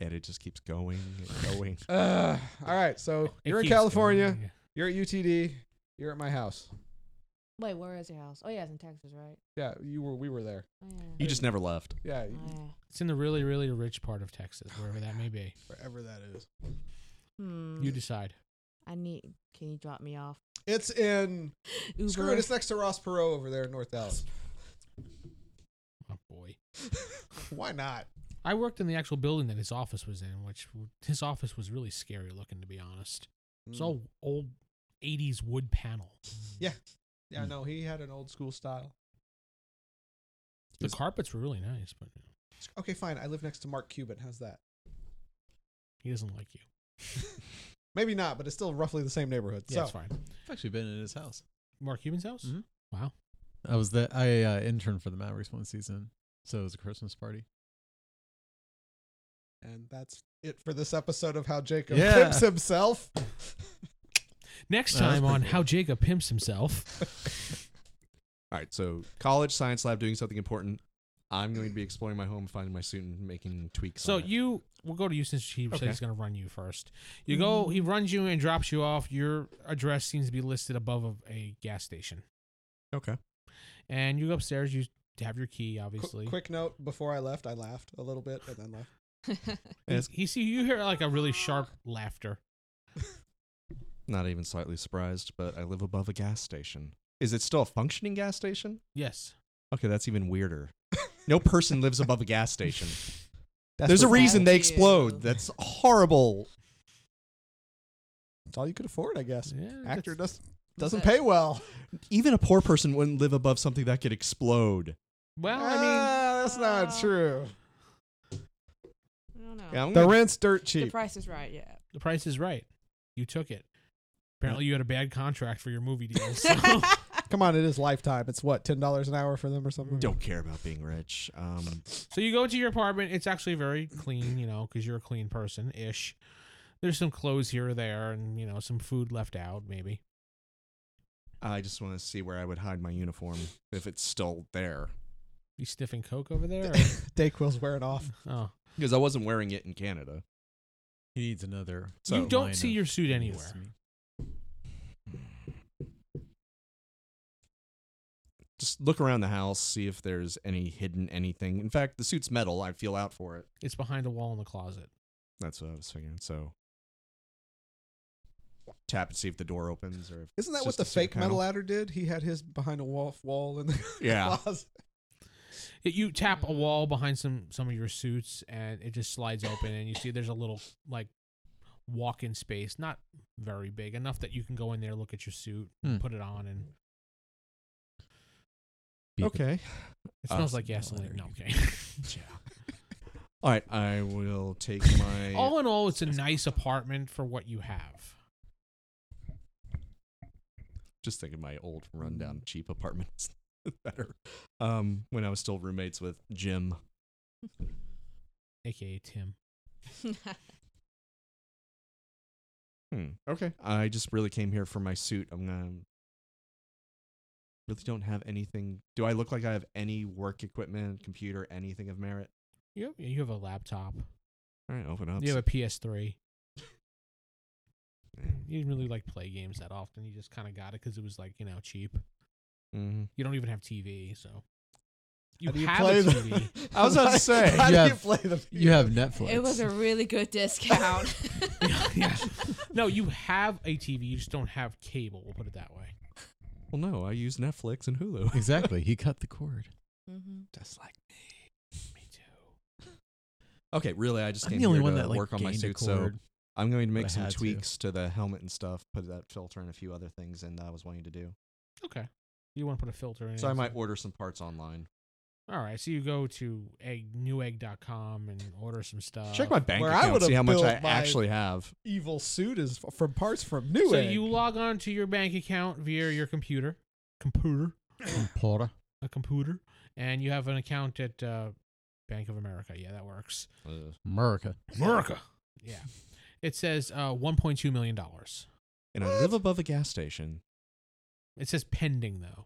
Speaker 2: And it just keeps going
Speaker 4: <laughs>
Speaker 2: and going.
Speaker 4: Ugh. all right. So
Speaker 1: It
Speaker 4: you're in
Speaker 1: keeps
Speaker 4: California.
Speaker 1: going.
Speaker 4: You're at UTD. You're at my house.
Speaker 5: Wait, where is your house? Oh yeah, it's in Texas, right?
Speaker 4: Yeah, you were. We were there.
Speaker 5: Oh,
Speaker 2: you
Speaker 5: yeah.
Speaker 2: just never left.
Speaker 4: Yeah,
Speaker 1: Mm.
Speaker 5: Oh, yeah.
Speaker 1: It's in the really, really rich part of Texas, wherever that may be.
Speaker 4: wherever that is.
Speaker 5: Hmm.
Speaker 1: You decide.
Speaker 5: I need. Can you drop me off?
Speaker 4: It's in.
Speaker 5: Uber.
Speaker 4: Screw it. It's next to Ross Perot over there in North Dallas. <laughs>
Speaker 1: Oh boy.
Speaker 4: Why not?
Speaker 1: I worked in the actual building that his
Speaker 4: Mm. Hmm.
Speaker 1: office was in, which w- his office was really scary looking, to be honest. It's all old '80s wood panel.
Speaker 4: Yeah, no, he had an old school style.
Speaker 1: The
Speaker 2: was-
Speaker 1: carpets were really nice, but
Speaker 4: Okay, fine. I live next to Mark Cuban. How's that?
Speaker 1: he doesn't like you.
Speaker 4: Maybe not, but it's still roughly the same neighborhood.
Speaker 1: Yeah,
Speaker 4: so
Speaker 1: it's fine.
Speaker 3: I've actually been in his house.
Speaker 1: Mark Cuban's house.
Speaker 3: Mhm.
Speaker 1: Wow.
Speaker 3: I was the I uh, interned for the Mavericks one season, so it was a Christmas party.
Speaker 4: And that's it for this episode of How Jacob
Speaker 3: Yeah.
Speaker 1: <laughs>
Speaker 4: Pimps Himself.
Speaker 1: Next
Speaker 3: Oh, that's
Speaker 1: time on
Speaker 3: pretty
Speaker 1: How
Speaker 3: cool.
Speaker 1: Jacob Pimps Himself.
Speaker 2: All right, so college science lab doing something important. I'm going to be exploring my home, finding my suit, and making tweaks.
Speaker 1: So
Speaker 2: on it.
Speaker 1: you, we'll go to you since he
Speaker 2: Okay.
Speaker 1: said he's going to run you first. You go. He runs you and drops you off. Your address seems to be listed above of a gas station,
Speaker 2: okay?
Speaker 1: and you go upstairs. You have your key,
Speaker 4: Qu-
Speaker 1: obviously.
Speaker 4: quick note before I left, I laughed a little bit and then left.
Speaker 5: <laughs>
Speaker 2: And it's
Speaker 1: He see you hear like a really sharp laughter.
Speaker 2: not even slightly surprised, but I live above a gas station. Is it still a functioning gas station?
Speaker 1: Yes.
Speaker 2: Okay, that's even weirder. No person lives above a gas station.
Speaker 4: That's
Speaker 2: There's a
Speaker 4: what-
Speaker 5: re-
Speaker 2: reason they
Speaker 5: you.
Speaker 2: explode. That's horrible.
Speaker 4: It's all you could afford, I guess.
Speaker 1: Yeah,
Speaker 4: Actor
Speaker 1: that's-
Speaker 4: does, doesn't pay well.
Speaker 2: Even a poor person wouldn't live above something that could explode.
Speaker 1: Well, I mean,
Speaker 4: Ah, that's not
Speaker 5: uh,
Speaker 4: true.
Speaker 5: I don't know.
Speaker 2: Yeah, I'm
Speaker 4: The
Speaker 2: gonna-
Speaker 4: rent's dirt
Speaker 5: The
Speaker 4: cheap.
Speaker 5: price is right, yeah.
Speaker 1: the price is right. You took it. Apparently, you had a bad contract for your
Speaker 2: <laughs>
Speaker 1: movie deal. So.
Speaker 4: Come on, it is lifetime. It's what ten dollars an hour for them or something.
Speaker 2: don't care about being rich. Um,
Speaker 1: So you go to your apartment. It's actually very clean, you know, because you're a clean person ish. There's some clothes here or there, and you know, some food left out, maybe.
Speaker 2: I just want to see where I would hide my uniform if it's still there.
Speaker 1: You sniffing coke over
Speaker 2: <laughs>
Speaker 1: there?
Speaker 4: Dayquil's wearing
Speaker 2: Mm.
Speaker 4: off.
Speaker 1: or- oh,
Speaker 2: Because I wasn't wearing it in Canada.
Speaker 3: He needs another.
Speaker 2: So
Speaker 1: you don't
Speaker 3: line
Speaker 1: see
Speaker 3: of
Speaker 1: your suit
Speaker 3: things
Speaker 1: anywhere.
Speaker 3: to me.
Speaker 2: just look around the house, see if there's any hidden anything. In fact, the suit's metal. I feel out for it.
Speaker 1: It's behind a wall in the closet.
Speaker 2: That's what I was figuring. So tap and see if the door opens or if
Speaker 4: Isn't that
Speaker 2: it's
Speaker 4: what
Speaker 2: just
Speaker 4: the
Speaker 2: a suit
Speaker 4: fake metal
Speaker 2: panel.
Speaker 4: adder did? He had his behind a wall wall in the
Speaker 2: <laughs> Yeah.
Speaker 4: closet.
Speaker 1: It- You tap a wall behind some some of your suits, and it just slides open, and you see there's a little like walk-in space, not very big, enough that you can go in there, look at your suit,
Speaker 3: Hmm.
Speaker 1: put it on, and
Speaker 3: Beep it.
Speaker 2: Okay.
Speaker 1: it
Speaker 4: Oh,
Speaker 2: Uh,
Speaker 1: smells like
Speaker 3: smell
Speaker 1: gasoline.
Speaker 3: it.
Speaker 1: No, okay.
Speaker 2: All right, I will take
Speaker 1: <laughs>
Speaker 2: my
Speaker 1: all in all, it's a nice apartment for what you have.
Speaker 2: just think of my old rundown cheap apartments <laughs> better. Um, when I was still roommates with Jim.
Speaker 1: aka Tim.
Speaker 5: <laughs>
Speaker 2: <laughs> Hmm. Okay. I just really came here for my suit. I'm gonna really don't have anything. Do I look like I have any work equipment, computer, anything of merit?
Speaker 1: You have, you have a laptop.
Speaker 2: All right, open up.
Speaker 1: You have a PS3. You didn't really like play games that often. You just kind of got it because it was like you know cheap.
Speaker 2: Mhm.
Speaker 1: You don't even have TV, so you
Speaker 4: How do you
Speaker 1: have
Speaker 4: play
Speaker 1: a
Speaker 4: the- <laughs>
Speaker 1: TV.
Speaker 2: <laughs> I was about to say.
Speaker 4: How
Speaker 3: You
Speaker 4: do you
Speaker 3: have-
Speaker 4: play the?
Speaker 3: You have Netflix.
Speaker 5: It was a really good discount.
Speaker 1: yeah. No, you have a TV. You just don't have cable. We'll put it that way.
Speaker 2: Well, no, I use Netflix and Hulu.
Speaker 3: <laughs>
Speaker 2: <laughs>
Speaker 3: exactly. He cut the cord.
Speaker 5: hmm
Speaker 2: Just like me.
Speaker 1: Me too.
Speaker 2: Okay, really, I just
Speaker 3: I'm
Speaker 2: came
Speaker 3: the only
Speaker 2: here
Speaker 3: one
Speaker 2: to
Speaker 3: that like
Speaker 2: work on my
Speaker 3: gained
Speaker 2: suit,
Speaker 3: a
Speaker 2: so <laughs>
Speaker 3: cord.
Speaker 2: I'm going to
Speaker 3: but I
Speaker 2: make some
Speaker 3: had to.
Speaker 2: tweaks to. the helmet and stuff, put that filter and a few other things in that I was wanting to do.
Speaker 1: Okay. You want to put a filter in?
Speaker 2: So
Speaker 1: it,
Speaker 2: I might order some parts online.
Speaker 1: All right. So you go to egg newegg.com and order some stuff.
Speaker 2: Check my bank
Speaker 4: where I
Speaker 2: account,
Speaker 4: would've
Speaker 2: see how much
Speaker 4: built
Speaker 2: I
Speaker 4: my-
Speaker 2: actually have.
Speaker 4: evil suit is f- from parts from New
Speaker 1: So
Speaker 4: Egg.
Speaker 1: you log on to your bank account via your computer, computer,
Speaker 3: Porter.
Speaker 1: a computer, and you have an account at uh, Bank of America. Yeah, that works.
Speaker 3: America.
Speaker 1: America. Yeah. It says uh, $1.2 million.
Speaker 2: and I live above a gas station.
Speaker 1: It says pending, though.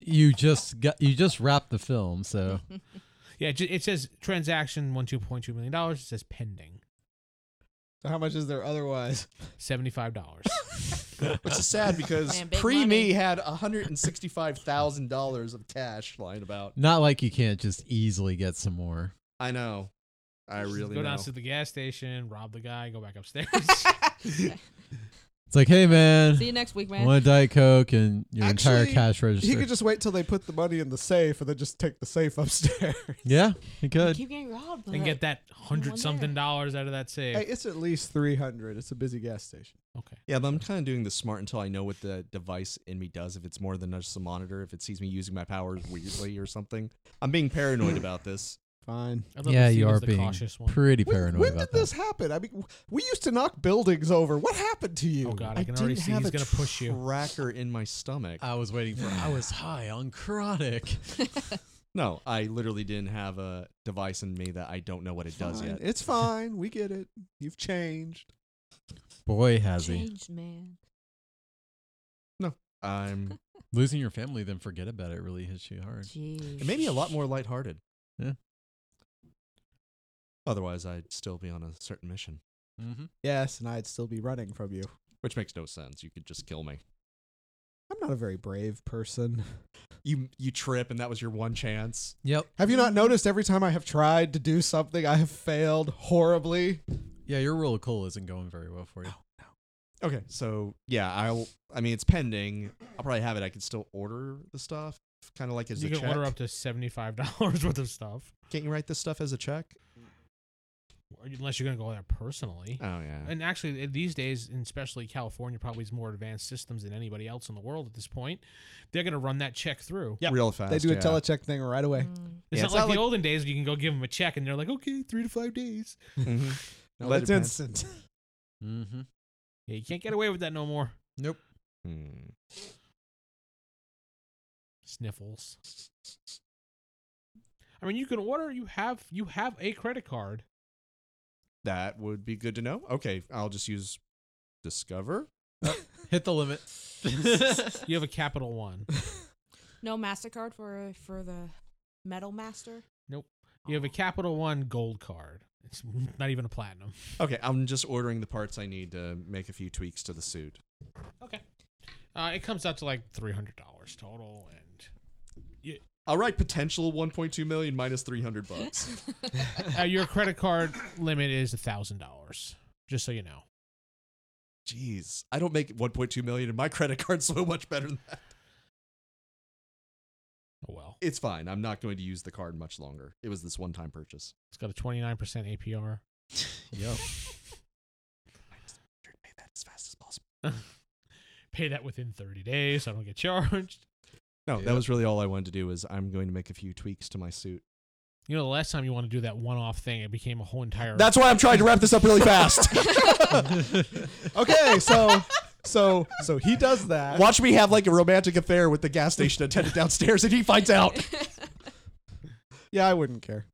Speaker 3: You just got. You just wrapped the film,
Speaker 5: <laughs>
Speaker 3: so
Speaker 5: Mm-hmm.
Speaker 1: Yeah, it ju- it says transaction one two point two million dollars. It says pending
Speaker 4: so how much is there otherwise?
Speaker 1: seventy five dollars.
Speaker 2: Which is sad because
Speaker 5: Man, big
Speaker 2: pre
Speaker 5: money.
Speaker 2: me had $165,000 of cash lying about.
Speaker 3: not like you can't just easily get some more.
Speaker 2: I know. I really
Speaker 1: go
Speaker 2: know.
Speaker 1: down to the gas station, rob the guy, go back upstairs.
Speaker 3: It's like, hey man,
Speaker 5: See you next week,
Speaker 3: I
Speaker 5: man.
Speaker 3: want a diet coke and your entire
Speaker 4: Actually,
Speaker 3: cash register.
Speaker 4: He could just wait till they put the money in the safe and then just take the safe upstairs.
Speaker 3: yeah, he
Speaker 5: You
Speaker 3: could.
Speaker 5: keep getting robbed.
Speaker 1: <laughs>
Speaker 5: but
Speaker 1: and get that hundred
Speaker 5: wonder.
Speaker 1: something dollars out of that safe.
Speaker 4: hey, it's at least three hundred. It's a busy gas station.
Speaker 1: Okay.
Speaker 2: Yeah, but I'm kind of doing this smart until I know what the device in me does. If it's more than just a monitor, if it sees me using my powers weirdly or something, I'm being paranoid about this.
Speaker 4: Fine.
Speaker 1: I love
Speaker 3: Yeah,
Speaker 1: that
Speaker 3: you
Speaker 1: Steven's
Speaker 3: are
Speaker 1: the
Speaker 3: being
Speaker 1: cautious one.
Speaker 3: Pretty
Speaker 4: When,
Speaker 3: paranoid
Speaker 4: when
Speaker 3: about
Speaker 4: did this happen? I mean, w- we used to knock buildings over. What happened to you?
Speaker 1: Oh god, I can already
Speaker 2: didn't
Speaker 1: see
Speaker 2: have
Speaker 1: he's
Speaker 2: a
Speaker 1: gonna push you.
Speaker 2: Cracker in my stomach.
Speaker 3: I was waiting for. I was high on chronic. <laughs>
Speaker 5: <laughs>
Speaker 2: no, I literally didn't have a device in me that I don't know what it does
Speaker 4: Fine.
Speaker 2: yet.
Speaker 4: It's fine. We get it. You've changed.
Speaker 3: Boy, has he
Speaker 5: Changed man.
Speaker 2: I'm
Speaker 3: losing your family. Then forget about it. Really hits you hard.
Speaker 5: Jeez.
Speaker 2: it made me a lot more lighthearted.
Speaker 3: Yeah.
Speaker 2: Otherwise, I'd still be on a certain mission,
Speaker 3: Mm-hmm.
Speaker 4: Yes, and I'd still be running from you.
Speaker 2: which makes no sense. You could just kill me.
Speaker 4: I'm not a very brave person.
Speaker 2: You you trip, and that was your one chance.
Speaker 3: Yep.
Speaker 4: Have you not noticed every time I have tried to do something, I have failed horribly?
Speaker 3: Yeah, your roll of coal isn't going very well for you.
Speaker 2: Okay, so yeah, I'll. I mean, it's pending. I'll probably have it. I can still order the stuff, kind of like as
Speaker 1: You
Speaker 2: a
Speaker 1: can
Speaker 2: check.
Speaker 1: order up to seventy five <laughs> dollars worth of stuff,
Speaker 2: Can't you write this stuff as a check?
Speaker 1: unless you're gonna go there personally.
Speaker 2: Oh yeah.
Speaker 1: And actually, uh, these days, and especially California, probably has more advanced systems than anybody else in the world at this point. They're gonna run that check through.
Speaker 2: yeah, real fast.
Speaker 4: they do a
Speaker 2: yeah.
Speaker 4: telecheck thing right away.
Speaker 5: Mm.
Speaker 1: It's
Speaker 2: Yeah,
Speaker 1: not
Speaker 2: it's
Speaker 1: like
Speaker 2: not
Speaker 1: the
Speaker 2: like-
Speaker 1: olden days where you can go give them a check and they're like, okay, three to five days.
Speaker 2: Mhm.
Speaker 4: No,
Speaker 2: Let
Speaker 4: that's
Speaker 2: it pan-
Speaker 4: instant.
Speaker 3: Mm-hmm.
Speaker 1: Yeah, you can't get away with that no more.
Speaker 3: Nope.
Speaker 2: Hmm.
Speaker 1: Sniffles. I mean, you can order. You have you have a credit card.
Speaker 2: That would be good to know. Okay, I'll just use discover.
Speaker 3: Hit the limit.
Speaker 1: You have a Capital One.
Speaker 5: No Mastercard for for the Metal Master.
Speaker 1: You have a Capital One Gold card. It's not even a platinum.
Speaker 2: Okay, I'm just ordering the parts I need to make a few tweaks to the suit.
Speaker 1: Okay. Uh, it comes out to like three hundred dollars total, and
Speaker 2: All right, potential 1.2 million minus
Speaker 5: <gasps>
Speaker 2: 300 bucks.
Speaker 5: <laughs>
Speaker 1: uh, your credit card limit is a thousand dollars. Just so you know.
Speaker 2: Jeez, I don't make 1.2 million, and my <laughs> credit card's so much better than that.
Speaker 1: Oh well,
Speaker 2: It's fine. I'm not going to use the card much longer. It was this one-time purchase.
Speaker 1: it's got a twenty nine percent APR.
Speaker 3: Yep.
Speaker 2: Pay that as fast as possible.
Speaker 1: Pay that within thirty days. So I don't get charged.
Speaker 2: No, that
Speaker 3: Yep.
Speaker 2: was really all I wanted to do. Is I'm going to make a few tweaks to my suit.
Speaker 1: You know, the last time you want to do that one off thing, it became a whole entire.
Speaker 2: That's why I'm trying to wrap this up really fast.
Speaker 4: <laughs>
Speaker 2: <laughs>
Speaker 4: okay, so so so he does that.
Speaker 2: Watch me have like a romantic affair with the gas station attendant downstairs, and he finds <laughs> out.
Speaker 4: Yeah, I wouldn't care.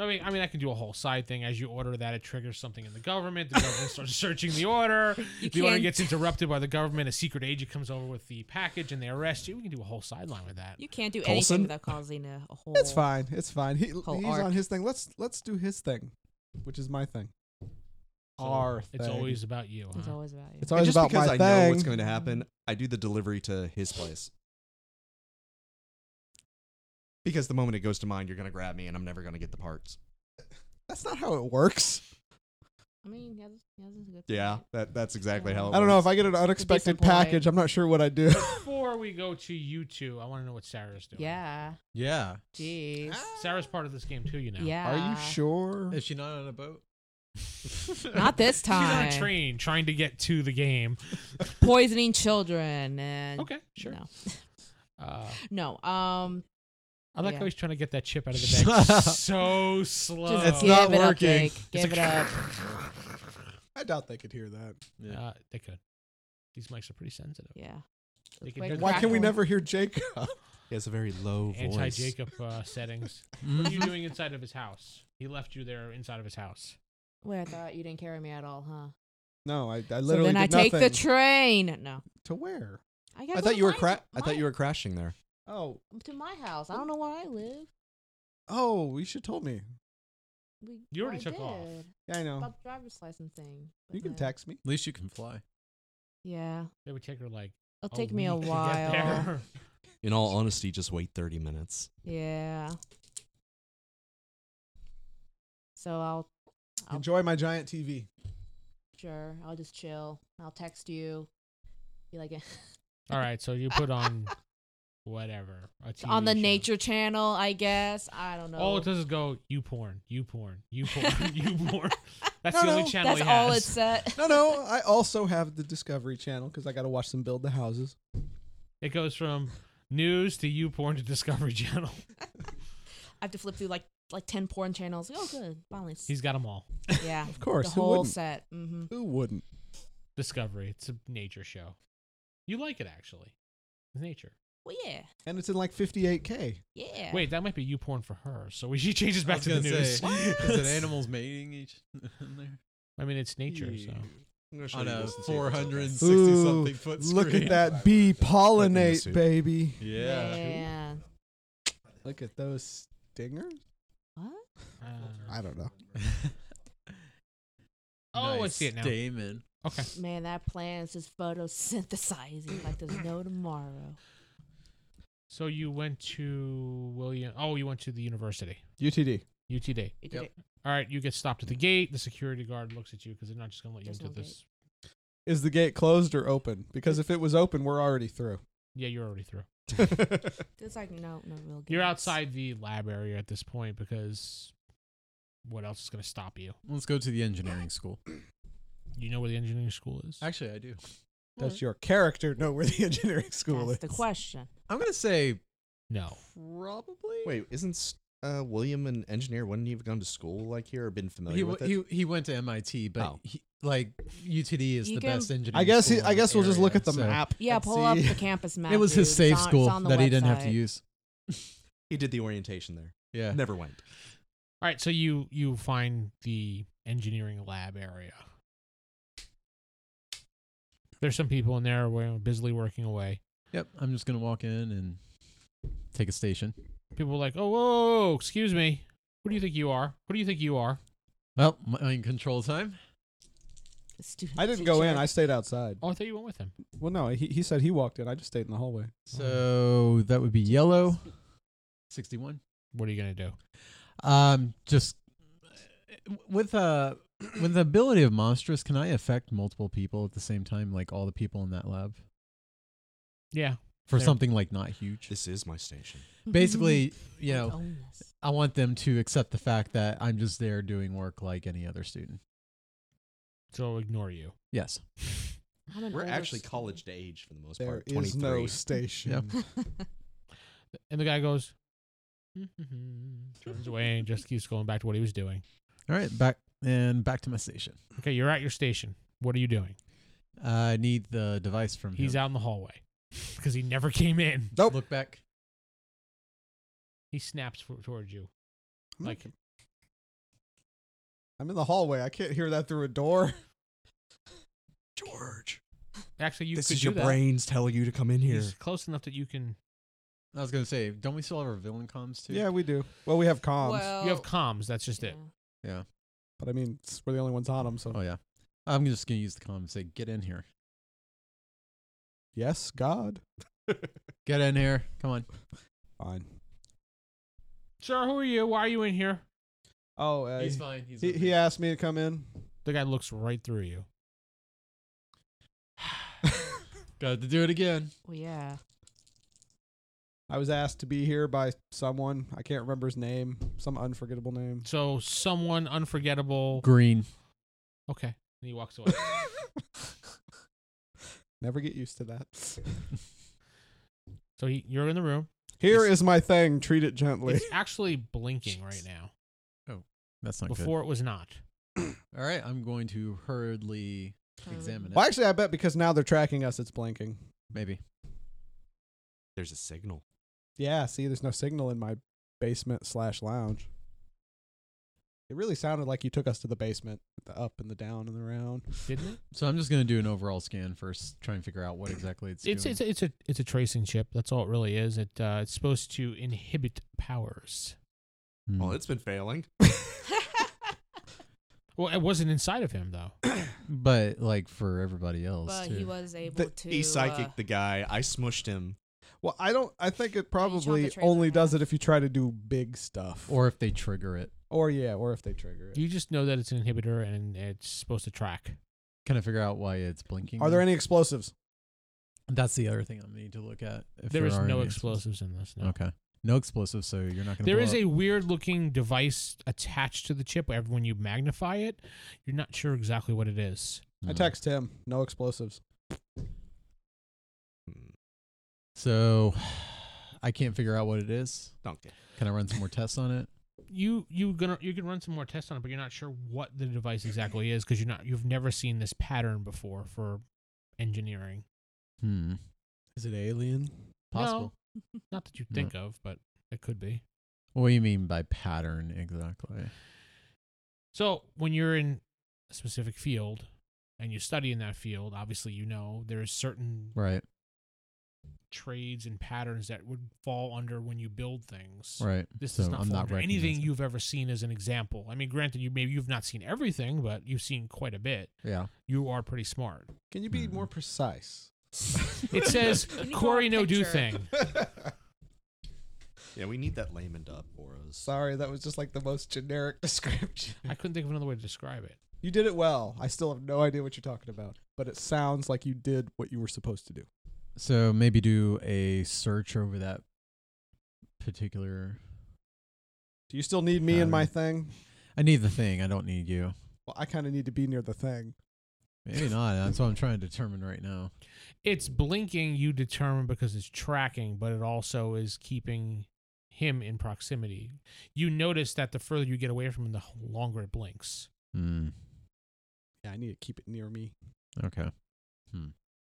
Speaker 1: I mean, I mean, I can do a whole side thing. As you order that, it triggers something in the government. The government
Speaker 5: <laughs>
Speaker 1: starts searching the order.
Speaker 5: You
Speaker 1: the order
Speaker 5: can-
Speaker 1: gets interrupted by the government. A secret agent comes over with the package, and they arrest you. We can do a whole sideline with that.
Speaker 5: You can't do
Speaker 2: Coulson?
Speaker 5: anything without causing a, a whole.
Speaker 4: It's fine. It's fine. He, he's
Speaker 5: Whole arc.
Speaker 4: on his thing. Let's let's do his thing, which is my thing.
Speaker 1: So
Speaker 4: Our
Speaker 1: It's
Speaker 4: thing.
Speaker 1: always about you.
Speaker 5: It's
Speaker 1: huh?
Speaker 5: always about you.
Speaker 4: It's always
Speaker 2: just
Speaker 4: about
Speaker 2: because
Speaker 4: my
Speaker 2: I
Speaker 4: thing.
Speaker 2: know what's going to happen, I do the delivery to his place. Because the moment it goes to mine, you're going to grab me, and I'm never going to get the parts.
Speaker 4: That's not how it
Speaker 2: <laughs>
Speaker 4: works.
Speaker 5: I mean, yeah, this, yeah, this is a good.
Speaker 2: Yeah,
Speaker 5: point.
Speaker 2: that that's exactly how. It
Speaker 4: I don't know if
Speaker 2: works.
Speaker 4: I get an unexpected
Speaker 5: point.
Speaker 4: package. I'm not sure what I
Speaker 2: <laughs>
Speaker 4: do.
Speaker 1: Before we go to you two, I want to know what Sarah's doing.
Speaker 5: Yeah.
Speaker 3: yeah.
Speaker 5: Jeez.
Speaker 1: Sarah's part of this game too. You know.
Speaker 5: Yeah.
Speaker 4: Are you sure?
Speaker 3: Is she not on a boat? <laughs>
Speaker 5: Not this
Speaker 1: She's on a
Speaker 5: time.
Speaker 1: train trying to get to the game.
Speaker 5: Poisoning children and.
Speaker 1: Okay, sure.
Speaker 5: No.
Speaker 1: Uh,
Speaker 5: No. Um.
Speaker 1: I like
Speaker 5: Yeah.
Speaker 1: how he's trying to get that chip out of the
Speaker 3: Shut
Speaker 4: <laughs>
Speaker 1: bag
Speaker 3: up.
Speaker 1: so slow.
Speaker 5: Just
Speaker 3: It's
Speaker 5: give
Speaker 3: not
Speaker 5: it
Speaker 3: working.
Speaker 5: up, Jake. Give
Speaker 3: <laughs>
Speaker 5: it up.
Speaker 4: I doubt they could hear that.
Speaker 3: Yeah.
Speaker 1: Uh, they could. These mics are pretty sensitive.
Speaker 5: Yeah.
Speaker 1: They can
Speaker 5: Like
Speaker 1: hear the
Speaker 4: Why can we
Speaker 5: crackling.
Speaker 4: never hear Jacob?
Speaker 2: He has a very
Speaker 3: Oh,
Speaker 2: low
Speaker 1: anti
Speaker 2: voice.
Speaker 1: Jacob uh,
Speaker 3: <laughs>
Speaker 1: settings.
Speaker 3: Mhm.
Speaker 1: What are you doing inside of his house? He left you there inside of his house.
Speaker 5: Wait, I thought you didn't carry me at all, huh?
Speaker 4: <laughs> No, I, I literally
Speaker 5: so then I
Speaker 4: did
Speaker 5: take
Speaker 4: nothing.
Speaker 5: the train. No.
Speaker 4: to where?
Speaker 5: gotta
Speaker 2: I
Speaker 5: go
Speaker 2: thought
Speaker 5: to
Speaker 2: you were
Speaker 5: my-
Speaker 2: cra-
Speaker 5: my-
Speaker 2: I thought you were crashing there.
Speaker 4: Oh,
Speaker 5: to my house. I don't know where I live.
Speaker 4: oh, you should told me.
Speaker 5: We,
Speaker 1: You already
Speaker 5: I
Speaker 1: took
Speaker 5: did.
Speaker 1: off.
Speaker 4: Yeah, I know.
Speaker 5: About the driver's license thing. but
Speaker 4: Oh. You can
Speaker 5: no.
Speaker 4: text me.
Speaker 3: At least you can fly.
Speaker 5: Yeah.
Speaker 1: It would take her like
Speaker 5: It'll take me a
Speaker 1: week Oh, to get there. <laughs>
Speaker 5: while.
Speaker 2: In all honesty, just wait 30 minutes.
Speaker 5: <laughs> Yeah. So I'll I'll-
Speaker 4: Enjoy my giant TV.
Speaker 5: sure I'll just chill. I'll text you. Be like,
Speaker 1: All right, so you put on whatever. a
Speaker 5: It's on
Speaker 1: TV
Speaker 5: the
Speaker 1: show.
Speaker 5: nature channel, I guess. I don't know.
Speaker 1: All it does is go you porn, you porn, you
Speaker 5: <laughs>
Speaker 1: porn, <laughs> you porn. That's
Speaker 4: No,
Speaker 1: the only
Speaker 4: no,
Speaker 1: channel
Speaker 5: That's
Speaker 1: he
Speaker 5: all
Speaker 1: has.
Speaker 5: it's set.
Speaker 4: No, no. I also have the Discovery Channel because I got to watch them build the houses.
Speaker 1: It goes from news to you porn to Discovery <laughs> Channel.
Speaker 5: I have to flip through like like ten porn channels. Oh, good violence.
Speaker 1: He's got them all.
Speaker 5: <laughs> yeah,
Speaker 4: Of course,
Speaker 5: the
Speaker 4: who
Speaker 5: whole
Speaker 4: wouldn't?
Speaker 5: set. hmm
Speaker 4: Who wouldn't?
Speaker 1: Discovery. It's a nature show. You like it actually. It's nature.
Speaker 5: Well, yeah,
Speaker 4: And it's in like 58k.
Speaker 5: yeah.
Speaker 1: Wait, that might be you porn for her. So we should change this
Speaker 3: I
Speaker 1: back
Speaker 3: was
Speaker 1: to the
Speaker 3: gonna
Speaker 1: news.
Speaker 3: say,
Speaker 1: <laughs>
Speaker 3: <laughs> is it animals mating each in there?
Speaker 1: I mean, it's nature. So
Speaker 2: I'm gonna show
Speaker 3: on
Speaker 2: you
Speaker 3: a
Speaker 2: this and see if it's okay.
Speaker 3: 460
Speaker 4: Ooh,
Speaker 3: something foot screen. <laughs>
Speaker 4: Look at that bee
Speaker 2: Let me
Speaker 4: pollinate,
Speaker 2: see.
Speaker 4: baby.
Speaker 3: Yeah.
Speaker 5: Yeah.
Speaker 4: Look at those stingers.
Speaker 5: What?
Speaker 1: uh,
Speaker 4: I don't know.
Speaker 3: <laughs>
Speaker 1: oh,
Speaker 3: nice
Speaker 1: I see it now.
Speaker 3: Damon.
Speaker 1: Okay.
Speaker 5: Man, that plant's just photosynthesizing like there's no tomorrow.
Speaker 1: So you went to William? Oh, you went to the university,
Speaker 4: UTD.
Speaker 1: UTD.
Speaker 3: Yep.
Speaker 5: It did it.
Speaker 1: All right, you get stopped at the gate. The security guard looks at you because they're not just gonna let you
Speaker 5: There's
Speaker 1: into
Speaker 5: no gate.
Speaker 1: this.
Speaker 4: Is the gate closed or open? Because if it was open, we're already through.
Speaker 1: Yeah, you're already through.
Speaker 5: It's like no, no real.
Speaker 1: You're
Speaker 5: games.
Speaker 1: outside the lab area at this point because what else is gonna stop you?
Speaker 3: Let's go to the engineering school.
Speaker 1: You know where the engineering school is.
Speaker 3: Actually, I do.
Speaker 4: Does your character know where the <laughs> engineering school
Speaker 5: Hmm. That's
Speaker 4: is?
Speaker 5: the question.
Speaker 3: I'm gonna say
Speaker 1: no,
Speaker 3: probably.
Speaker 2: Wait, isn't s- uh, William an engineer? Wouldn't he have gone to school like here or been familiar
Speaker 3: he,
Speaker 2: with
Speaker 3: w-
Speaker 2: it?
Speaker 3: he he went to MIT, but
Speaker 2: Oh.
Speaker 3: he, like UTD is
Speaker 5: You
Speaker 3: the
Speaker 5: can-
Speaker 3: best engineering.
Speaker 4: I guess. He,
Speaker 3: school
Speaker 4: I
Speaker 3: in
Speaker 4: guess we'll just look
Speaker 3: area,
Speaker 4: at the
Speaker 3: so-
Speaker 4: map.
Speaker 5: Yeah,
Speaker 4: and
Speaker 5: pull up
Speaker 4: see.
Speaker 5: the campus
Speaker 3: <laughs>
Speaker 5: map.
Speaker 3: It was
Speaker 5: dude.
Speaker 3: his
Speaker 5: It's
Speaker 3: safe
Speaker 5: on- it's
Speaker 3: school
Speaker 5: on the
Speaker 3: that he didn't have
Speaker 5: website.
Speaker 3: to use.
Speaker 2: He did the orientation there.
Speaker 3: Yeah.
Speaker 2: Never went.
Speaker 1: All right, so you you find the engineering lab area. There's some people in there where busily working away.
Speaker 3: Yep. I'm just gonna walk in and take a station.
Speaker 1: People are like, "Oh, whoa, whoa, whoa, excuse me. Who do you think you are? Who do you think you are?"
Speaker 3: Well, mind control time.
Speaker 5: The
Speaker 4: <laughs>
Speaker 5: student
Speaker 4: I didn't go in.
Speaker 5: teacher.
Speaker 4: I stayed outside.
Speaker 1: Oh, I thought you went with him.
Speaker 4: Well, no. He, he said he walked in. I just stayed in the hallway.
Speaker 3: So that would be yellow. Sixty-one.
Speaker 1: What are you gonna do?
Speaker 3: Um, just with uh with the ability of monstrous, can I affect multiple people at the same time, like all the people in that lab
Speaker 1: Yeah,
Speaker 3: for
Speaker 1: Fair.
Speaker 3: something like not huge?
Speaker 2: This is my station.
Speaker 5: <laughs>
Speaker 3: Basically, you
Speaker 5: Like,
Speaker 3: know,
Speaker 5: own this.
Speaker 3: I want them to accept the fact that I'm just there doing work like any other student.
Speaker 1: so I'll ignore you.
Speaker 3: Yes.
Speaker 5: I'm an
Speaker 2: We're
Speaker 5: older
Speaker 2: actually
Speaker 5: student. <laughs>
Speaker 2: college to age for the most
Speaker 4: There
Speaker 2: part.
Speaker 4: is no
Speaker 2: 23.
Speaker 4: station. Hmm.
Speaker 3: Yep.
Speaker 1: And the guy goes, <laughs> turns away and just keeps going back to what he was doing.
Speaker 3: All right, back and back to my station.
Speaker 1: Okay, you're at your station. What are you doing?
Speaker 3: I need the device
Speaker 2: Mm-hmm.
Speaker 3: from
Speaker 1: He's
Speaker 3: him.
Speaker 1: out in the hallway <laughs> because he never came in.
Speaker 4: Nope.
Speaker 3: Look back.
Speaker 1: He snaps for, towards you.
Speaker 4: I'm
Speaker 1: Like,
Speaker 4: not- I'm in the hallway. I can't hear that through a door.
Speaker 2: George.
Speaker 1: actually, you
Speaker 2: this
Speaker 1: could
Speaker 2: is
Speaker 1: do
Speaker 2: your
Speaker 1: that.
Speaker 2: brains telling you to come in here.
Speaker 1: He's close enough that you can.
Speaker 3: I was gonna say, don't we still have our villain comms too?
Speaker 4: Yeah, we do. Well, we have comms,
Speaker 5: well,
Speaker 1: You have comms. That's just it.
Speaker 5: yeah.
Speaker 4: but I mean, s- we're the only ones on them. So
Speaker 3: Oh yeah. I'm just gonna use the comms. and Say, get in here.
Speaker 4: yes, God.
Speaker 3: Get in here. Come on.
Speaker 4: Fine.
Speaker 1: Sir, who are you? Why are you in here?
Speaker 4: Oh, uh,
Speaker 3: He's fine. He's
Speaker 4: he,
Speaker 3: okay.
Speaker 4: he asked me to come in.
Speaker 1: The guy looks right through you.
Speaker 3: Got to do it again.
Speaker 5: Well, yeah.
Speaker 4: <laughs>
Speaker 5: <laughs>
Speaker 4: I was asked to be here by someone. I can't remember his name. Some unforgettable name. <laughs>
Speaker 1: So someone unforgettable.
Speaker 3: Green.
Speaker 1: Okay. And he walks away.
Speaker 4: Never get used to that.
Speaker 1: so he, you're in the room.
Speaker 4: Here is my thing. Treat it gently.
Speaker 1: It's actually blinking right now.
Speaker 3: That's not
Speaker 1: Before it was not.
Speaker 3: good. All right, I'm going to hurriedly examine it.
Speaker 4: Well, actually, I bet because now they're tracking us, it's blinking.
Speaker 3: Maybe.
Speaker 2: There's a signal.
Speaker 4: Yeah. See, there's no signal in my basement slash lounge. It really sounded like you took us to the basement, the up and the down and the round.
Speaker 1: Didn't it?
Speaker 3: So I'm just going to do an overall scan first, try and figure out what exactly it's,
Speaker 1: It's
Speaker 3: doing.
Speaker 1: it's a, it's a it's a tracing chip. That's all it really is. It uh, it's supposed to inhibit powers.
Speaker 3: Hmm.
Speaker 2: Well, Oh, it's been failing.
Speaker 1: Well, it wasn't inside of him
Speaker 3: <clears throat>
Speaker 1: though.
Speaker 3: but like for everybody else
Speaker 5: but
Speaker 3: too.
Speaker 5: he was able to.
Speaker 2: he psychic
Speaker 5: uh, <laughs>
Speaker 2: the guy. I smushed him.
Speaker 4: Well, I don't. I think it probably
Speaker 5: trailer
Speaker 4: only
Speaker 5: in
Speaker 4: does
Speaker 5: half.
Speaker 4: it if you try to do big stuff,
Speaker 3: or if they trigger it,
Speaker 4: or yeah, or if they trigger it.
Speaker 1: You just know that it's an inhibitor and it's supposed to track.
Speaker 3: can I figure out why it's blinking?
Speaker 4: Are there
Speaker 3: now?
Speaker 4: any explosives?
Speaker 3: That's the other thing I'm gonna need to look at. If
Speaker 1: there is
Speaker 3: are
Speaker 1: no
Speaker 3: any
Speaker 1: explosives in this. No.
Speaker 3: Okay. No explosives, so you're not gonna.
Speaker 1: There
Speaker 3: blow
Speaker 1: is
Speaker 3: up.
Speaker 1: a weird looking device attached to the chip. Where when you magnify it, you're not sure exactly what it is.
Speaker 4: I
Speaker 3: Mm.
Speaker 4: text him. No explosives.
Speaker 2: Hmm.
Speaker 3: Hmm. So, <sighs> I can't figure out what it is.
Speaker 2: Donkey.
Speaker 1: <laughs>
Speaker 3: Can I run some more tests on it?
Speaker 1: You you gonna you can run some more tests on it, but you're not sure what the device exactly is because you're not you've never seen this pattern before for engineering.
Speaker 3: Hmm.
Speaker 4: Is it alien?
Speaker 3: Possible.
Speaker 1: Not that you
Speaker 3: No.
Speaker 1: think of, but it could be.
Speaker 3: What do you mean by pattern exactly?
Speaker 1: So when you're in a specific field and you study in that field, obviously you know there's certain
Speaker 3: Right.
Speaker 1: trades and patterns that would fall under when you build things.
Speaker 3: Right.
Speaker 1: This
Speaker 3: so
Speaker 1: is not,
Speaker 3: I'm
Speaker 1: fall
Speaker 3: not
Speaker 1: under anything
Speaker 3: recognizing-
Speaker 1: you've ever seen as an example. I mean, granted, you maybe you've not seen everything, but you've seen quite a bit.
Speaker 3: Yeah.
Speaker 1: You are pretty smart.
Speaker 4: Can you be
Speaker 3: Hmm.
Speaker 4: more precise?
Speaker 5: <laughs>
Speaker 1: It says
Speaker 5: Can you draw a
Speaker 1: Corey no do
Speaker 5: picture?"
Speaker 1: thing.
Speaker 2: yeah, we need that layman to up for us.
Speaker 4: Sorry, that was just like the most generic <laughs> description.
Speaker 1: I couldn't think of another way to describe it.
Speaker 4: You did it well. I still have no idea what you're talking about, but it sounds like you did what you were supposed to do.
Speaker 3: So maybe do a search over that particular.
Speaker 4: Do you still need me and my
Speaker 3: Um,
Speaker 4: thing?
Speaker 3: I need the thing. I don't need you.
Speaker 4: Well, I kind of need to be near the thing.
Speaker 3: <laughs> Maybe not. That's what I'm trying to determine right now.
Speaker 1: It's blinking. You determine because it's tracking, but it also is keeping him in proximity. You notice that the further you get away from him, the longer it blinks.
Speaker 3: Hmm.
Speaker 4: Yeah, I need to keep it near me.
Speaker 3: Okay.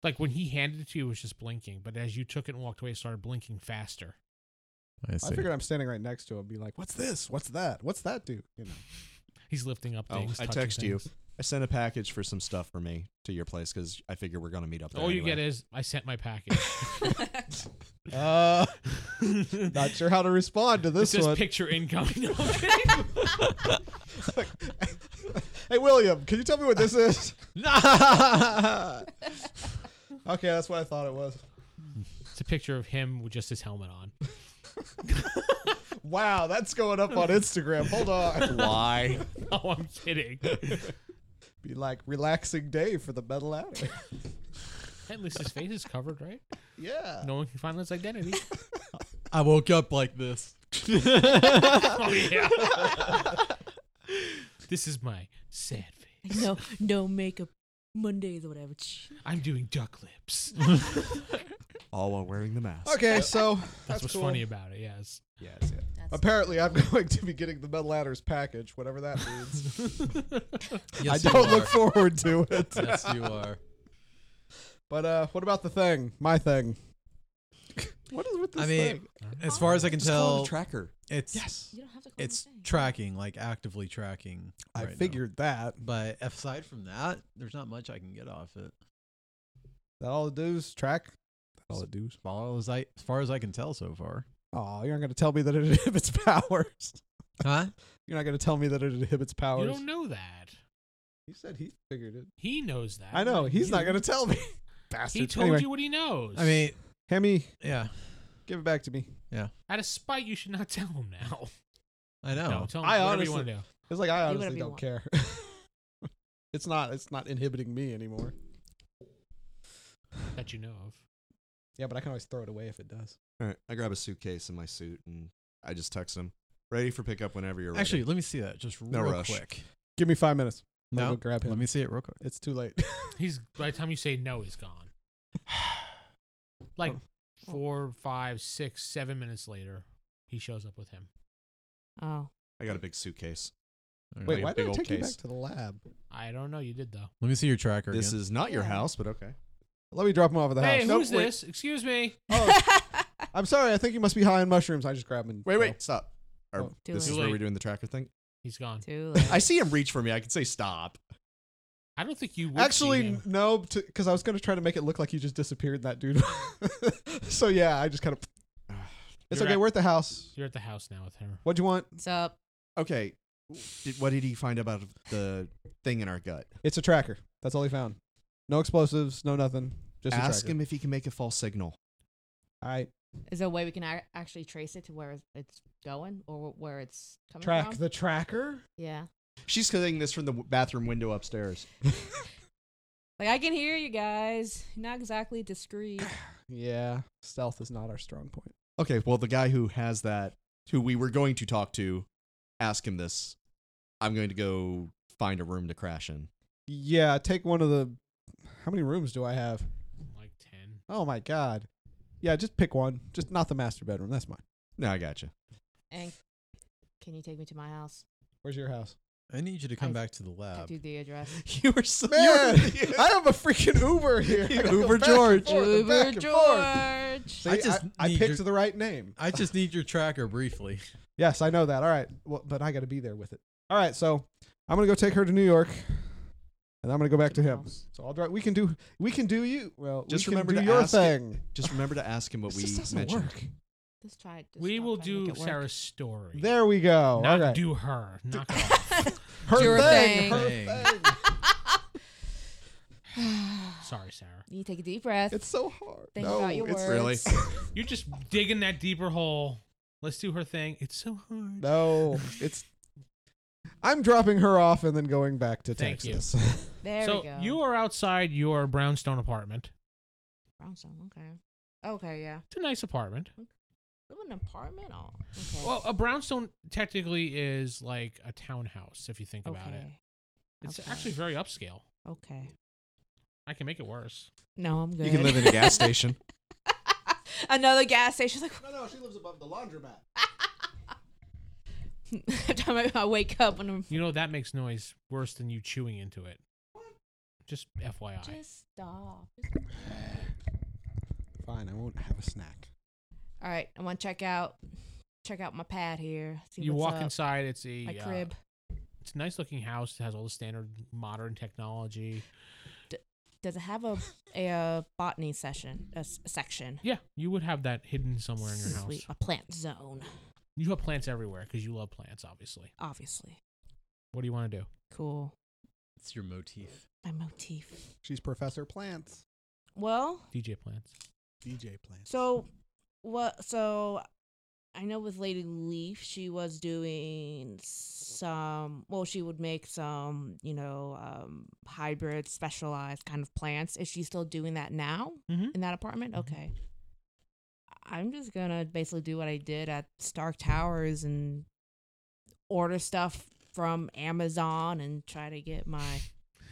Speaker 1: Like when he handed it to you, it was just blinking, but as you took it and walked away, it started blinking faster.
Speaker 3: I see.
Speaker 4: I figured I'm standing right next to him, be like, "What's this? What's that? What's that do?" You know.
Speaker 1: He's lifting up
Speaker 2: Oh,
Speaker 1: things.
Speaker 2: I
Speaker 1: touching
Speaker 2: text you.
Speaker 1: things.
Speaker 2: I sent a package for some stuff for me to your place because I figure we're gonna meet up. There
Speaker 1: All you
Speaker 2: Oh, anyway.
Speaker 1: get is I sent my
Speaker 2: <laughs>
Speaker 1: package.
Speaker 3: <laughs>
Speaker 4: Uh, not sure how to respond to
Speaker 1: It
Speaker 4: this
Speaker 1: says
Speaker 4: one.
Speaker 1: picture incoming. <laughs>
Speaker 4: hey, William, can you tell me what
Speaker 3: <laughs>
Speaker 4: this is? <laughs> okay, that's what I thought it was.
Speaker 1: it's a picture of him with just his helmet on. <laughs>
Speaker 4: Wow, that's going up
Speaker 2: <laughs>
Speaker 4: on Instagram. Hold on.
Speaker 2: Why?
Speaker 1: Oh, I'm
Speaker 2: <laughs>
Speaker 1: kidding.
Speaker 4: Be like relaxing day for the metal alley.
Speaker 1: At least his face is covered, right?
Speaker 4: <laughs> Yeah.
Speaker 1: No one can find his identity.
Speaker 3: I woke up like this.
Speaker 1: Oh yeah. this is my sad face.
Speaker 5: no, no makeup Mondays or whatever. Ch-
Speaker 1: I'm doing duck lips.
Speaker 2: All while wearing the mask.
Speaker 4: Okay, so
Speaker 1: That's what's
Speaker 4: cool.
Speaker 1: funny about it. Yes.
Speaker 2: Yeah, that's it.
Speaker 5: that's-
Speaker 4: Apparently, I'm <laughs> going to be getting the metal ladders package,
Speaker 3: <laughs>
Speaker 4: whatever that means.
Speaker 3: Yes,
Speaker 4: I don't
Speaker 3: you
Speaker 4: look
Speaker 3: are.
Speaker 4: forward to it.
Speaker 3: <laughs> yes, you are.
Speaker 4: But uh, what about the thing?
Speaker 3: <laughs>
Speaker 4: My thing. what is with this
Speaker 3: I mean,
Speaker 4: thing?
Speaker 3: As far as I can
Speaker 2: Just call it
Speaker 3: tell,
Speaker 2: a tracker.
Speaker 3: it's
Speaker 4: Yes,
Speaker 5: You don't have to. Call
Speaker 3: it's
Speaker 5: it a thing.
Speaker 3: tracking, like actively tracking.
Speaker 4: I
Speaker 3: right now.
Speaker 4: figured that.
Speaker 3: But aside from that, there's not much I can get off it.
Speaker 4: That all it does track. That all it does.
Speaker 3: As far as I, as far as I can tell so far.
Speaker 4: Oh, you're not going to tell me that it <laughs> inhibits powers.
Speaker 3: Huh?
Speaker 4: You're not going to tell me that it inhibits
Speaker 1: You
Speaker 4: powers.
Speaker 1: don't know that.
Speaker 4: He said he figured it.
Speaker 1: He knows that.
Speaker 4: I know. He's not
Speaker 1: You-
Speaker 4: going to tell me. <laughs> Bastard.
Speaker 1: He told
Speaker 4: anyway,
Speaker 1: you what he knows.
Speaker 3: I mean,
Speaker 4: Hemi,
Speaker 3: yeah,
Speaker 4: give it back to me.
Speaker 1: out of spite, you should not <laughs> tell him now.
Speaker 3: I know.
Speaker 1: No, tell him
Speaker 4: I
Speaker 1: whatever
Speaker 4: honestly-
Speaker 1: you want to do.
Speaker 4: It's like I
Speaker 5: Do whatever
Speaker 4: honestly
Speaker 5: you
Speaker 4: don't
Speaker 5: want.
Speaker 4: care. <laughs> it's not. It's not inhibiting me anymore.
Speaker 1: That you know of.
Speaker 4: Yeah, but I can always throw it away if it does.
Speaker 2: All right, I grab a suitcase in my suit and I just text him, ready for pickup whenever you're ready.
Speaker 3: Actually, let me see that just
Speaker 2: No
Speaker 3: real
Speaker 2: rush.
Speaker 3: quick.
Speaker 4: Give me five minutes. I'm gonna
Speaker 3: No,
Speaker 4: go grab him.
Speaker 3: let me see it real quick.
Speaker 4: It's too <laughs> late.
Speaker 1: He's by the time you say no, he's gone. Like four, five, six, seven minutes later, he shows up with him.
Speaker 5: Oh,
Speaker 2: I got a big suitcase.
Speaker 4: Wait,
Speaker 2: Like a
Speaker 4: why
Speaker 2: big
Speaker 4: did I
Speaker 2: old
Speaker 4: take you back
Speaker 2: case.
Speaker 4: to the lab?
Speaker 1: I don't know. You did though.
Speaker 3: Let me see your tracker.
Speaker 2: This
Speaker 3: again.
Speaker 2: is not your
Speaker 5: Yeah.
Speaker 2: house, but okay.
Speaker 4: Let me drop him off at the
Speaker 1: hey,
Speaker 4: house.
Speaker 1: who's
Speaker 4: wait.
Speaker 1: this? Excuse me.
Speaker 4: Oh, I'm sorry. I think you must be high on mushrooms. I just grab him. and-
Speaker 2: Wait, wait, stop. Are-
Speaker 4: Oh.
Speaker 5: Too
Speaker 2: this
Speaker 5: late.
Speaker 2: is
Speaker 1: Too
Speaker 2: where
Speaker 1: late.
Speaker 2: we're doing the tracker thing.
Speaker 1: He's gone.
Speaker 4: <laughs>
Speaker 5: too
Speaker 2: I
Speaker 5: late.
Speaker 2: see him reach for me. I can say stop.
Speaker 1: I don't think you would see
Speaker 4: Actually,
Speaker 1: him.
Speaker 4: n- no, because I was gonna try to make it look like you just disappeared, that dude. <laughs> so yeah, I just
Speaker 2: <sighs>
Speaker 4: kind of. It's
Speaker 1: You're
Speaker 4: okay.
Speaker 1: at-
Speaker 4: we're at the house.
Speaker 1: You're at the house now with her.
Speaker 4: What'd you want?
Speaker 5: What's up?
Speaker 2: Okay. Did, what did he find about the thing in our gut?
Speaker 4: It's a tracker. That's all he found. No explosives. No nothing. Just a
Speaker 2: Ask
Speaker 4: tracker.
Speaker 2: him if he can make a false signal.
Speaker 4: All right.
Speaker 5: Is there a way we can a- actually trace it to where it's going or where it's coming
Speaker 4: Track
Speaker 5: from?
Speaker 4: the tracker.
Speaker 5: yeah.
Speaker 2: She's saying this from the w- bathroom window upstairs.
Speaker 5: Like I can hear you guys. Not
Speaker 4: <coughs>
Speaker 5: exactly discreet.
Speaker 4: Yeah, stealth is not our strong point.
Speaker 2: Okay, well, the guy who has that, who we were going to talk to, ask him this. I'm going to go find a room to crash in.
Speaker 4: Yeah, take one of the. How many rooms do I have?
Speaker 1: Like ten.
Speaker 4: Oh my god. Yeah, just pick one. Just not the master bedroom. That's mine.
Speaker 2: No, I gotcha.
Speaker 5: And can you take me to my house?
Speaker 4: Where's your
Speaker 2: <laughs>
Speaker 4: house?
Speaker 3: I need you to come
Speaker 5: I-
Speaker 3: back to the
Speaker 5: I
Speaker 3: lab.
Speaker 5: do the address.
Speaker 2: You were so.
Speaker 4: Man, <laughs>
Speaker 2: you were-
Speaker 4: I have a freaking Uber
Speaker 2: <laughs>
Speaker 4: here. I go
Speaker 2: Uber
Speaker 4: back and
Speaker 2: George.
Speaker 4: forth and back
Speaker 5: Uber
Speaker 4: and forth.
Speaker 5: George.
Speaker 4: See,
Speaker 3: I
Speaker 4: I,
Speaker 3: just
Speaker 4: I
Speaker 3: need
Speaker 4: picked
Speaker 3: your-
Speaker 4: the right name.
Speaker 3: I just need your tracker briefly.
Speaker 4: Yes, I know that. All right. Well, but I got to be there with it. All right. So I'm going to go take her to New York and I'm going to go back to him. So I'll drive. We can do, we can do you. Well, we
Speaker 2: Just
Speaker 4: can
Speaker 2: remember
Speaker 4: do
Speaker 2: to
Speaker 4: your
Speaker 2: ask it-
Speaker 4: thing.
Speaker 2: <laughs> Just remember to ask him what
Speaker 4: This
Speaker 2: we
Speaker 4: just doesn't
Speaker 2: mentioned.
Speaker 4: work.
Speaker 5: Let's try it.
Speaker 1: we will do
Speaker 5: Sarah. <sighs>
Speaker 1: Sarah's story.
Speaker 4: There we go.
Speaker 1: Not
Speaker 4: All <laughs> right.
Speaker 1: do her. Knock it off.
Speaker 4: her
Speaker 5: your
Speaker 4: thing,
Speaker 5: thing.
Speaker 4: Her
Speaker 3: Thing.
Speaker 4: thing.
Speaker 1: Sorry, Sarah.
Speaker 5: You take a deep breath.
Speaker 4: It's so hard.
Speaker 5: Think
Speaker 2: no,
Speaker 5: about your
Speaker 2: it's
Speaker 5: words.
Speaker 2: really-
Speaker 1: You're just digging that deeper hole. Let's do her thing. It's so hard.
Speaker 4: No, it's. I'm dropping her off and then going back to
Speaker 1: Thank you.
Speaker 4: Texas. <laughs>
Speaker 5: There
Speaker 1: so
Speaker 5: we go.
Speaker 1: you are outside your brownstone apartment.
Speaker 5: Brownstone. Okay. Okay. Yeah.
Speaker 1: It's a nice apartment.
Speaker 5: Live in an apartment. Oh. Okay.
Speaker 1: Well, a brownstone technically is like a townhouse if you think
Speaker 5: okay.
Speaker 1: about it. It's
Speaker 5: Okay.
Speaker 1: actually very upscale.
Speaker 5: Okay.
Speaker 1: I can make it worse.
Speaker 5: No, I'm good.
Speaker 2: <laughs> You can live in a gas station.
Speaker 5: <laughs> Another gas station. Like <laughs>
Speaker 4: no, no, she lives above the laundromat.
Speaker 5: every time I- I wake up and I'm
Speaker 1: You know that makes noise worse than you chewing into it. Just FYI.
Speaker 5: just stop.
Speaker 4: Fine, I won't have a snack.
Speaker 5: All right, I want to check out check out my pad here. See
Speaker 1: you
Speaker 5: what's
Speaker 1: walk
Speaker 5: up.
Speaker 1: inside. It's a
Speaker 5: my
Speaker 1: uh,
Speaker 5: crib.
Speaker 1: It's a nice looking house. It has all the standard modern technology.
Speaker 5: Does it have a a uh, botany session a s- section?
Speaker 1: Yeah, you would have that hidden somewhere in your house.
Speaker 5: Sweet, a plant zone,
Speaker 1: You have plants everywhere because you love plants, obviously.
Speaker 5: obviously.
Speaker 1: What do you want to do?
Speaker 5: Cool.
Speaker 3: It's your motif.
Speaker 5: My motif.
Speaker 4: She's Professor Plants.
Speaker 5: Well,
Speaker 1: DJ plants.
Speaker 4: DJ Plants.
Speaker 5: So what so I know with Lady Leaf she was doing some well she would make some, you know, um hybrid specialized kind of plants. Is she still doing that now
Speaker 1: Mm-hmm.
Speaker 5: in that apartment?
Speaker 1: Mhm.
Speaker 5: Okay. I'm just going to basically do what I did at Stark Towers and order stuff from Amazon and try to get my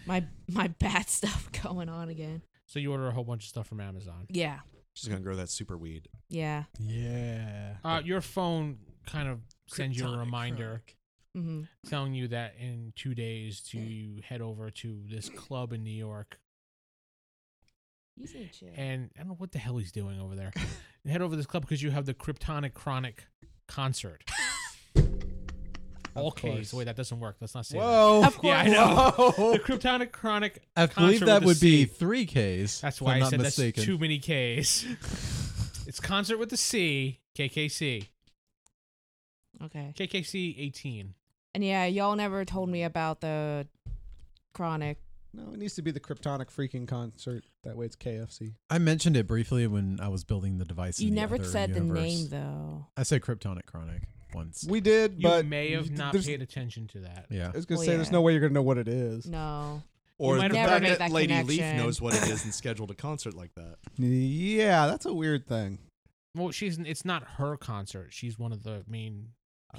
Speaker 5: my my <laughs> bad stuff going on again.
Speaker 1: So you order a whole bunch of stuff from Amazon.
Speaker 5: Yeah.
Speaker 2: She's going to grow that super weed.
Speaker 5: Yeah.
Speaker 4: Yeah.
Speaker 1: Uh, your phone kind of sends you a
Speaker 3: Kryptonic
Speaker 1: reminder
Speaker 3: chronic.
Speaker 5: Mhm.
Speaker 1: telling you that in two days to head over to this club in New York.
Speaker 5: You seem chill. <laughs>
Speaker 1: And I don't know what the hell he's doing over there. head over to this club because you have the Kryptonic Chronic concert. okay, so wait, that doesn't work. Let's not say
Speaker 4: Whoa.
Speaker 3: Oh,
Speaker 5: <laughs> Of
Speaker 1: Yeah, I
Speaker 3: <laughs>
Speaker 5: course.
Speaker 1: know. that.
Speaker 4: Whoa.
Speaker 1: The Kryptonic Chronic.
Speaker 3: I believe
Speaker 1: concert
Speaker 3: that
Speaker 1: with
Speaker 3: would
Speaker 1: the
Speaker 3: be
Speaker 1: C.
Speaker 3: three Ks.
Speaker 1: That's
Speaker 3: if
Speaker 1: why
Speaker 3: I'm
Speaker 1: I
Speaker 3: not
Speaker 1: said
Speaker 3: mistaken.
Speaker 1: that's too many Ks. it's concert with the C, KKC,
Speaker 5: Okay.
Speaker 1: KKC 18.
Speaker 5: And yeah, y'all never told me about the chronic.
Speaker 4: No, it needs to be the Kryptonic freaking concert. That way it's KFC.
Speaker 3: I mentioned it briefly when I was building the device.
Speaker 5: you
Speaker 3: in the
Speaker 5: never
Speaker 3: other
Speaker 5: said the
Speaker 3: universe.
Speaker 5: name though.
Speaker 3: I said Kryptonic Chronic once.
Speaker 4: We did,
Speaker 1: You
Speaker 4: but
Speaker 1: may have
Speaker 4: th-
Speaker 1: not
Speaker 4: there's-
Speaker 1: paid attention to that.
Speaker 3: Yeah.
Speaker 4: I was gonna
Speaker 5: Well,
Speaker 4: say there's
Speaker 5: yeah.
Speaker 4: no way you're gonna know what it is.
Speaker 5: No.
Speaker 2: Or the
Speaker 1: might have
Speaker 5: never
Speaker 2: fact
Speaker 5: made
Speaker 2: that,
Speaker 5: that
Speaker 2: Lady Leaf
Speaker 5: connection.
Speaker 2: knows what it is and scheduled a concert like that.
Speaker 4: Yeah, that's a weird thing.
Speaker 1: Well, she's it's not her concert. She's one of the main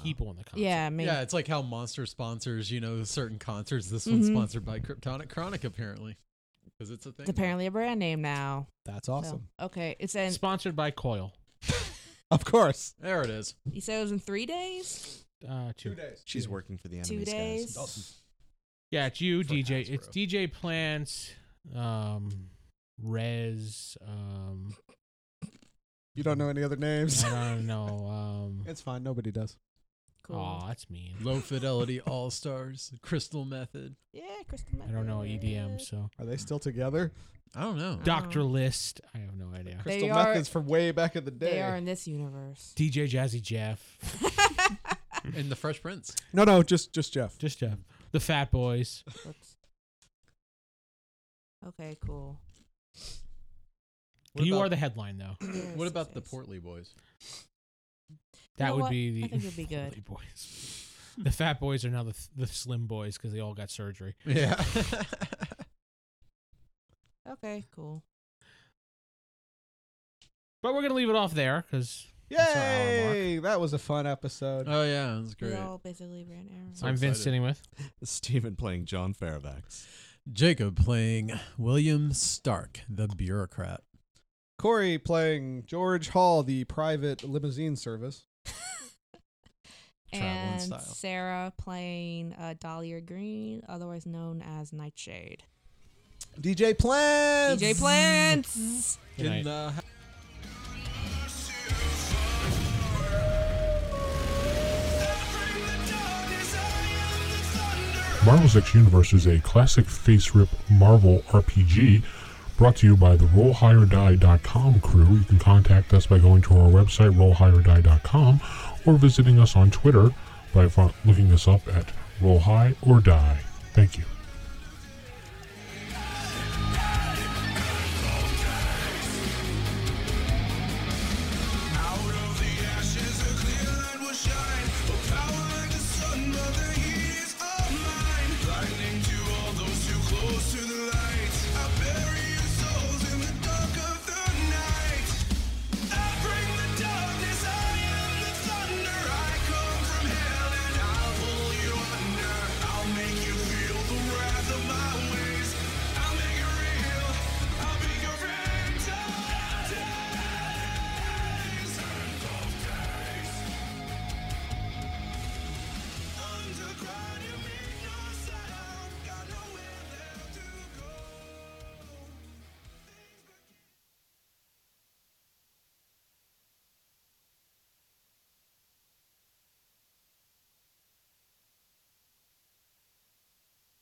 Speaker 1: people in the concert.
Speaker 5: Yeah, me.
Speaker 3: Yeah, it's like how Monster sponsors, you know, certain concerts. This one's
Speaker 5: Mhm.
Speaker 3: sponsored by Kryptonic Chronic, apparently, because it's a thing.
Speaker 5: It's apparently a brand name now.
Speaker 4: That's
Speaker 5: So,
Speaker 4: awesome.
Speaker 5: okay. It's in
Speaker 1: Sponsored by Coil.
Speaker 4: Of course.
Speaker 3: There it is.
Speaker 5: you said it was in three days?
Speaker 1: Uh, two.
Speaker 4: days.
Speaker 2: She's working for the
Speaker 5: Two
Speaker 2: enemies,
Speaker 5: days.
Speaker 2: guys.
Speaker 1: Yeah, it's you,
Speaker 3: For
Speaker 1: DJ.
Speaker 3: Hasbro.
Speaker 1: It's DJ Plants, um, Rez. Um,
Speaker 4: You don't know any other names. <laughs>
Speaker 1: I don't know.
Speaker 5: <laughs>
Speaker 1: Um,
Speaker 4: It's fine. Nobody does.
Speaker 5: Cool.
Speaker 1: aw, that's mean.
Speaker 3: Low Fidelity All Stars, Crystal Method.
Speaker 5: Yeah, Kristen.
Speaker 1: I don't know E EDM, so
Speaker 4: Are they still together?
Speaker 3: I don't know.
Speaker 1: Doctor List. I have no idea.
Speaker 5: They
Speaker 4: Crystal
Speaker 5: are-
Speaker 4: Meth is from way back in the day.
Speaker 5: They are in
Speaker 1: <laughs>
Speaker 5: this universe.
Speaker 1: DJ Jazzy
Speaker 5: <laughs>
Speaker 1: Jeff.
Speaker 3: And the Fresh Prince.
Speaker 4: No, no, just just Jeff.
Speaker 1: Just Jeff. The Fat Boys.
Speaker 5: Whoops. Okay, cool.
Speaker 3: What
Speaker 1: you
Speaker 3: about-
Speaker 1: are the headline though.
Speaker 5: Yes,
Speaker 3: What
Speaker 5: yes,
Speaker 3: about the
Speaker 5: yes.
Speaker 3: Portly Boys?
Speaker 1: That
Speaker 5: know
Speaker 1: would
Speaker 5: what?
Speaker 1: be the
Speaker 5: I think it'd be good.
Speaker 1: Fat Boys. <laughs> The Fat
Speaker 3: <laughs>
Speaker 1: Boys are now the the Slim Boys because they all got surgery.
Speaker 3: Yeah.
Speaker 5: Okay, cool.
Speaker 1: But we're gonna leave it off there because That's our hour mark.
Speaker 4: Yay! That was a fun episode.
Speaker 1: Uh.
Speaker 3: Oh yeah, that's
Speaker 5: We
Speaker 3: great.
Speaker 5: all basically ran errands.
Speaker 3: So
Speaker 1: I'm Vince
Speaker 3: excited.
Speaker 1: sitting with.
Speaker 2: <laughs> Steven playing John Fairfax.
Speaker 3: Jacob playing William Stark, the bureaucrat.
Speaker 4: Corey playing George Hall, the private limousine service.
Speaker 5: <laughs>
Speaker 2: Traveling
Speaker 5: and
Speaker 2: style.
Speaker 5: Sarah playing uh, Dahlia Green, otherwise known as Nightshade.
Speaker 4: DJ Plants.
Speaker 5: DJ Plants.
Speaker 1: Good night.
Speaker 6: Marvel's X Universe is a classic face rip Marvel RPG brought to you by the RollHigherDie.com crew. You can contact us by going to our website, RollHigherDie.com, or visiting us on Twitter by fo- looking us up at Roll High or Die. Thank you.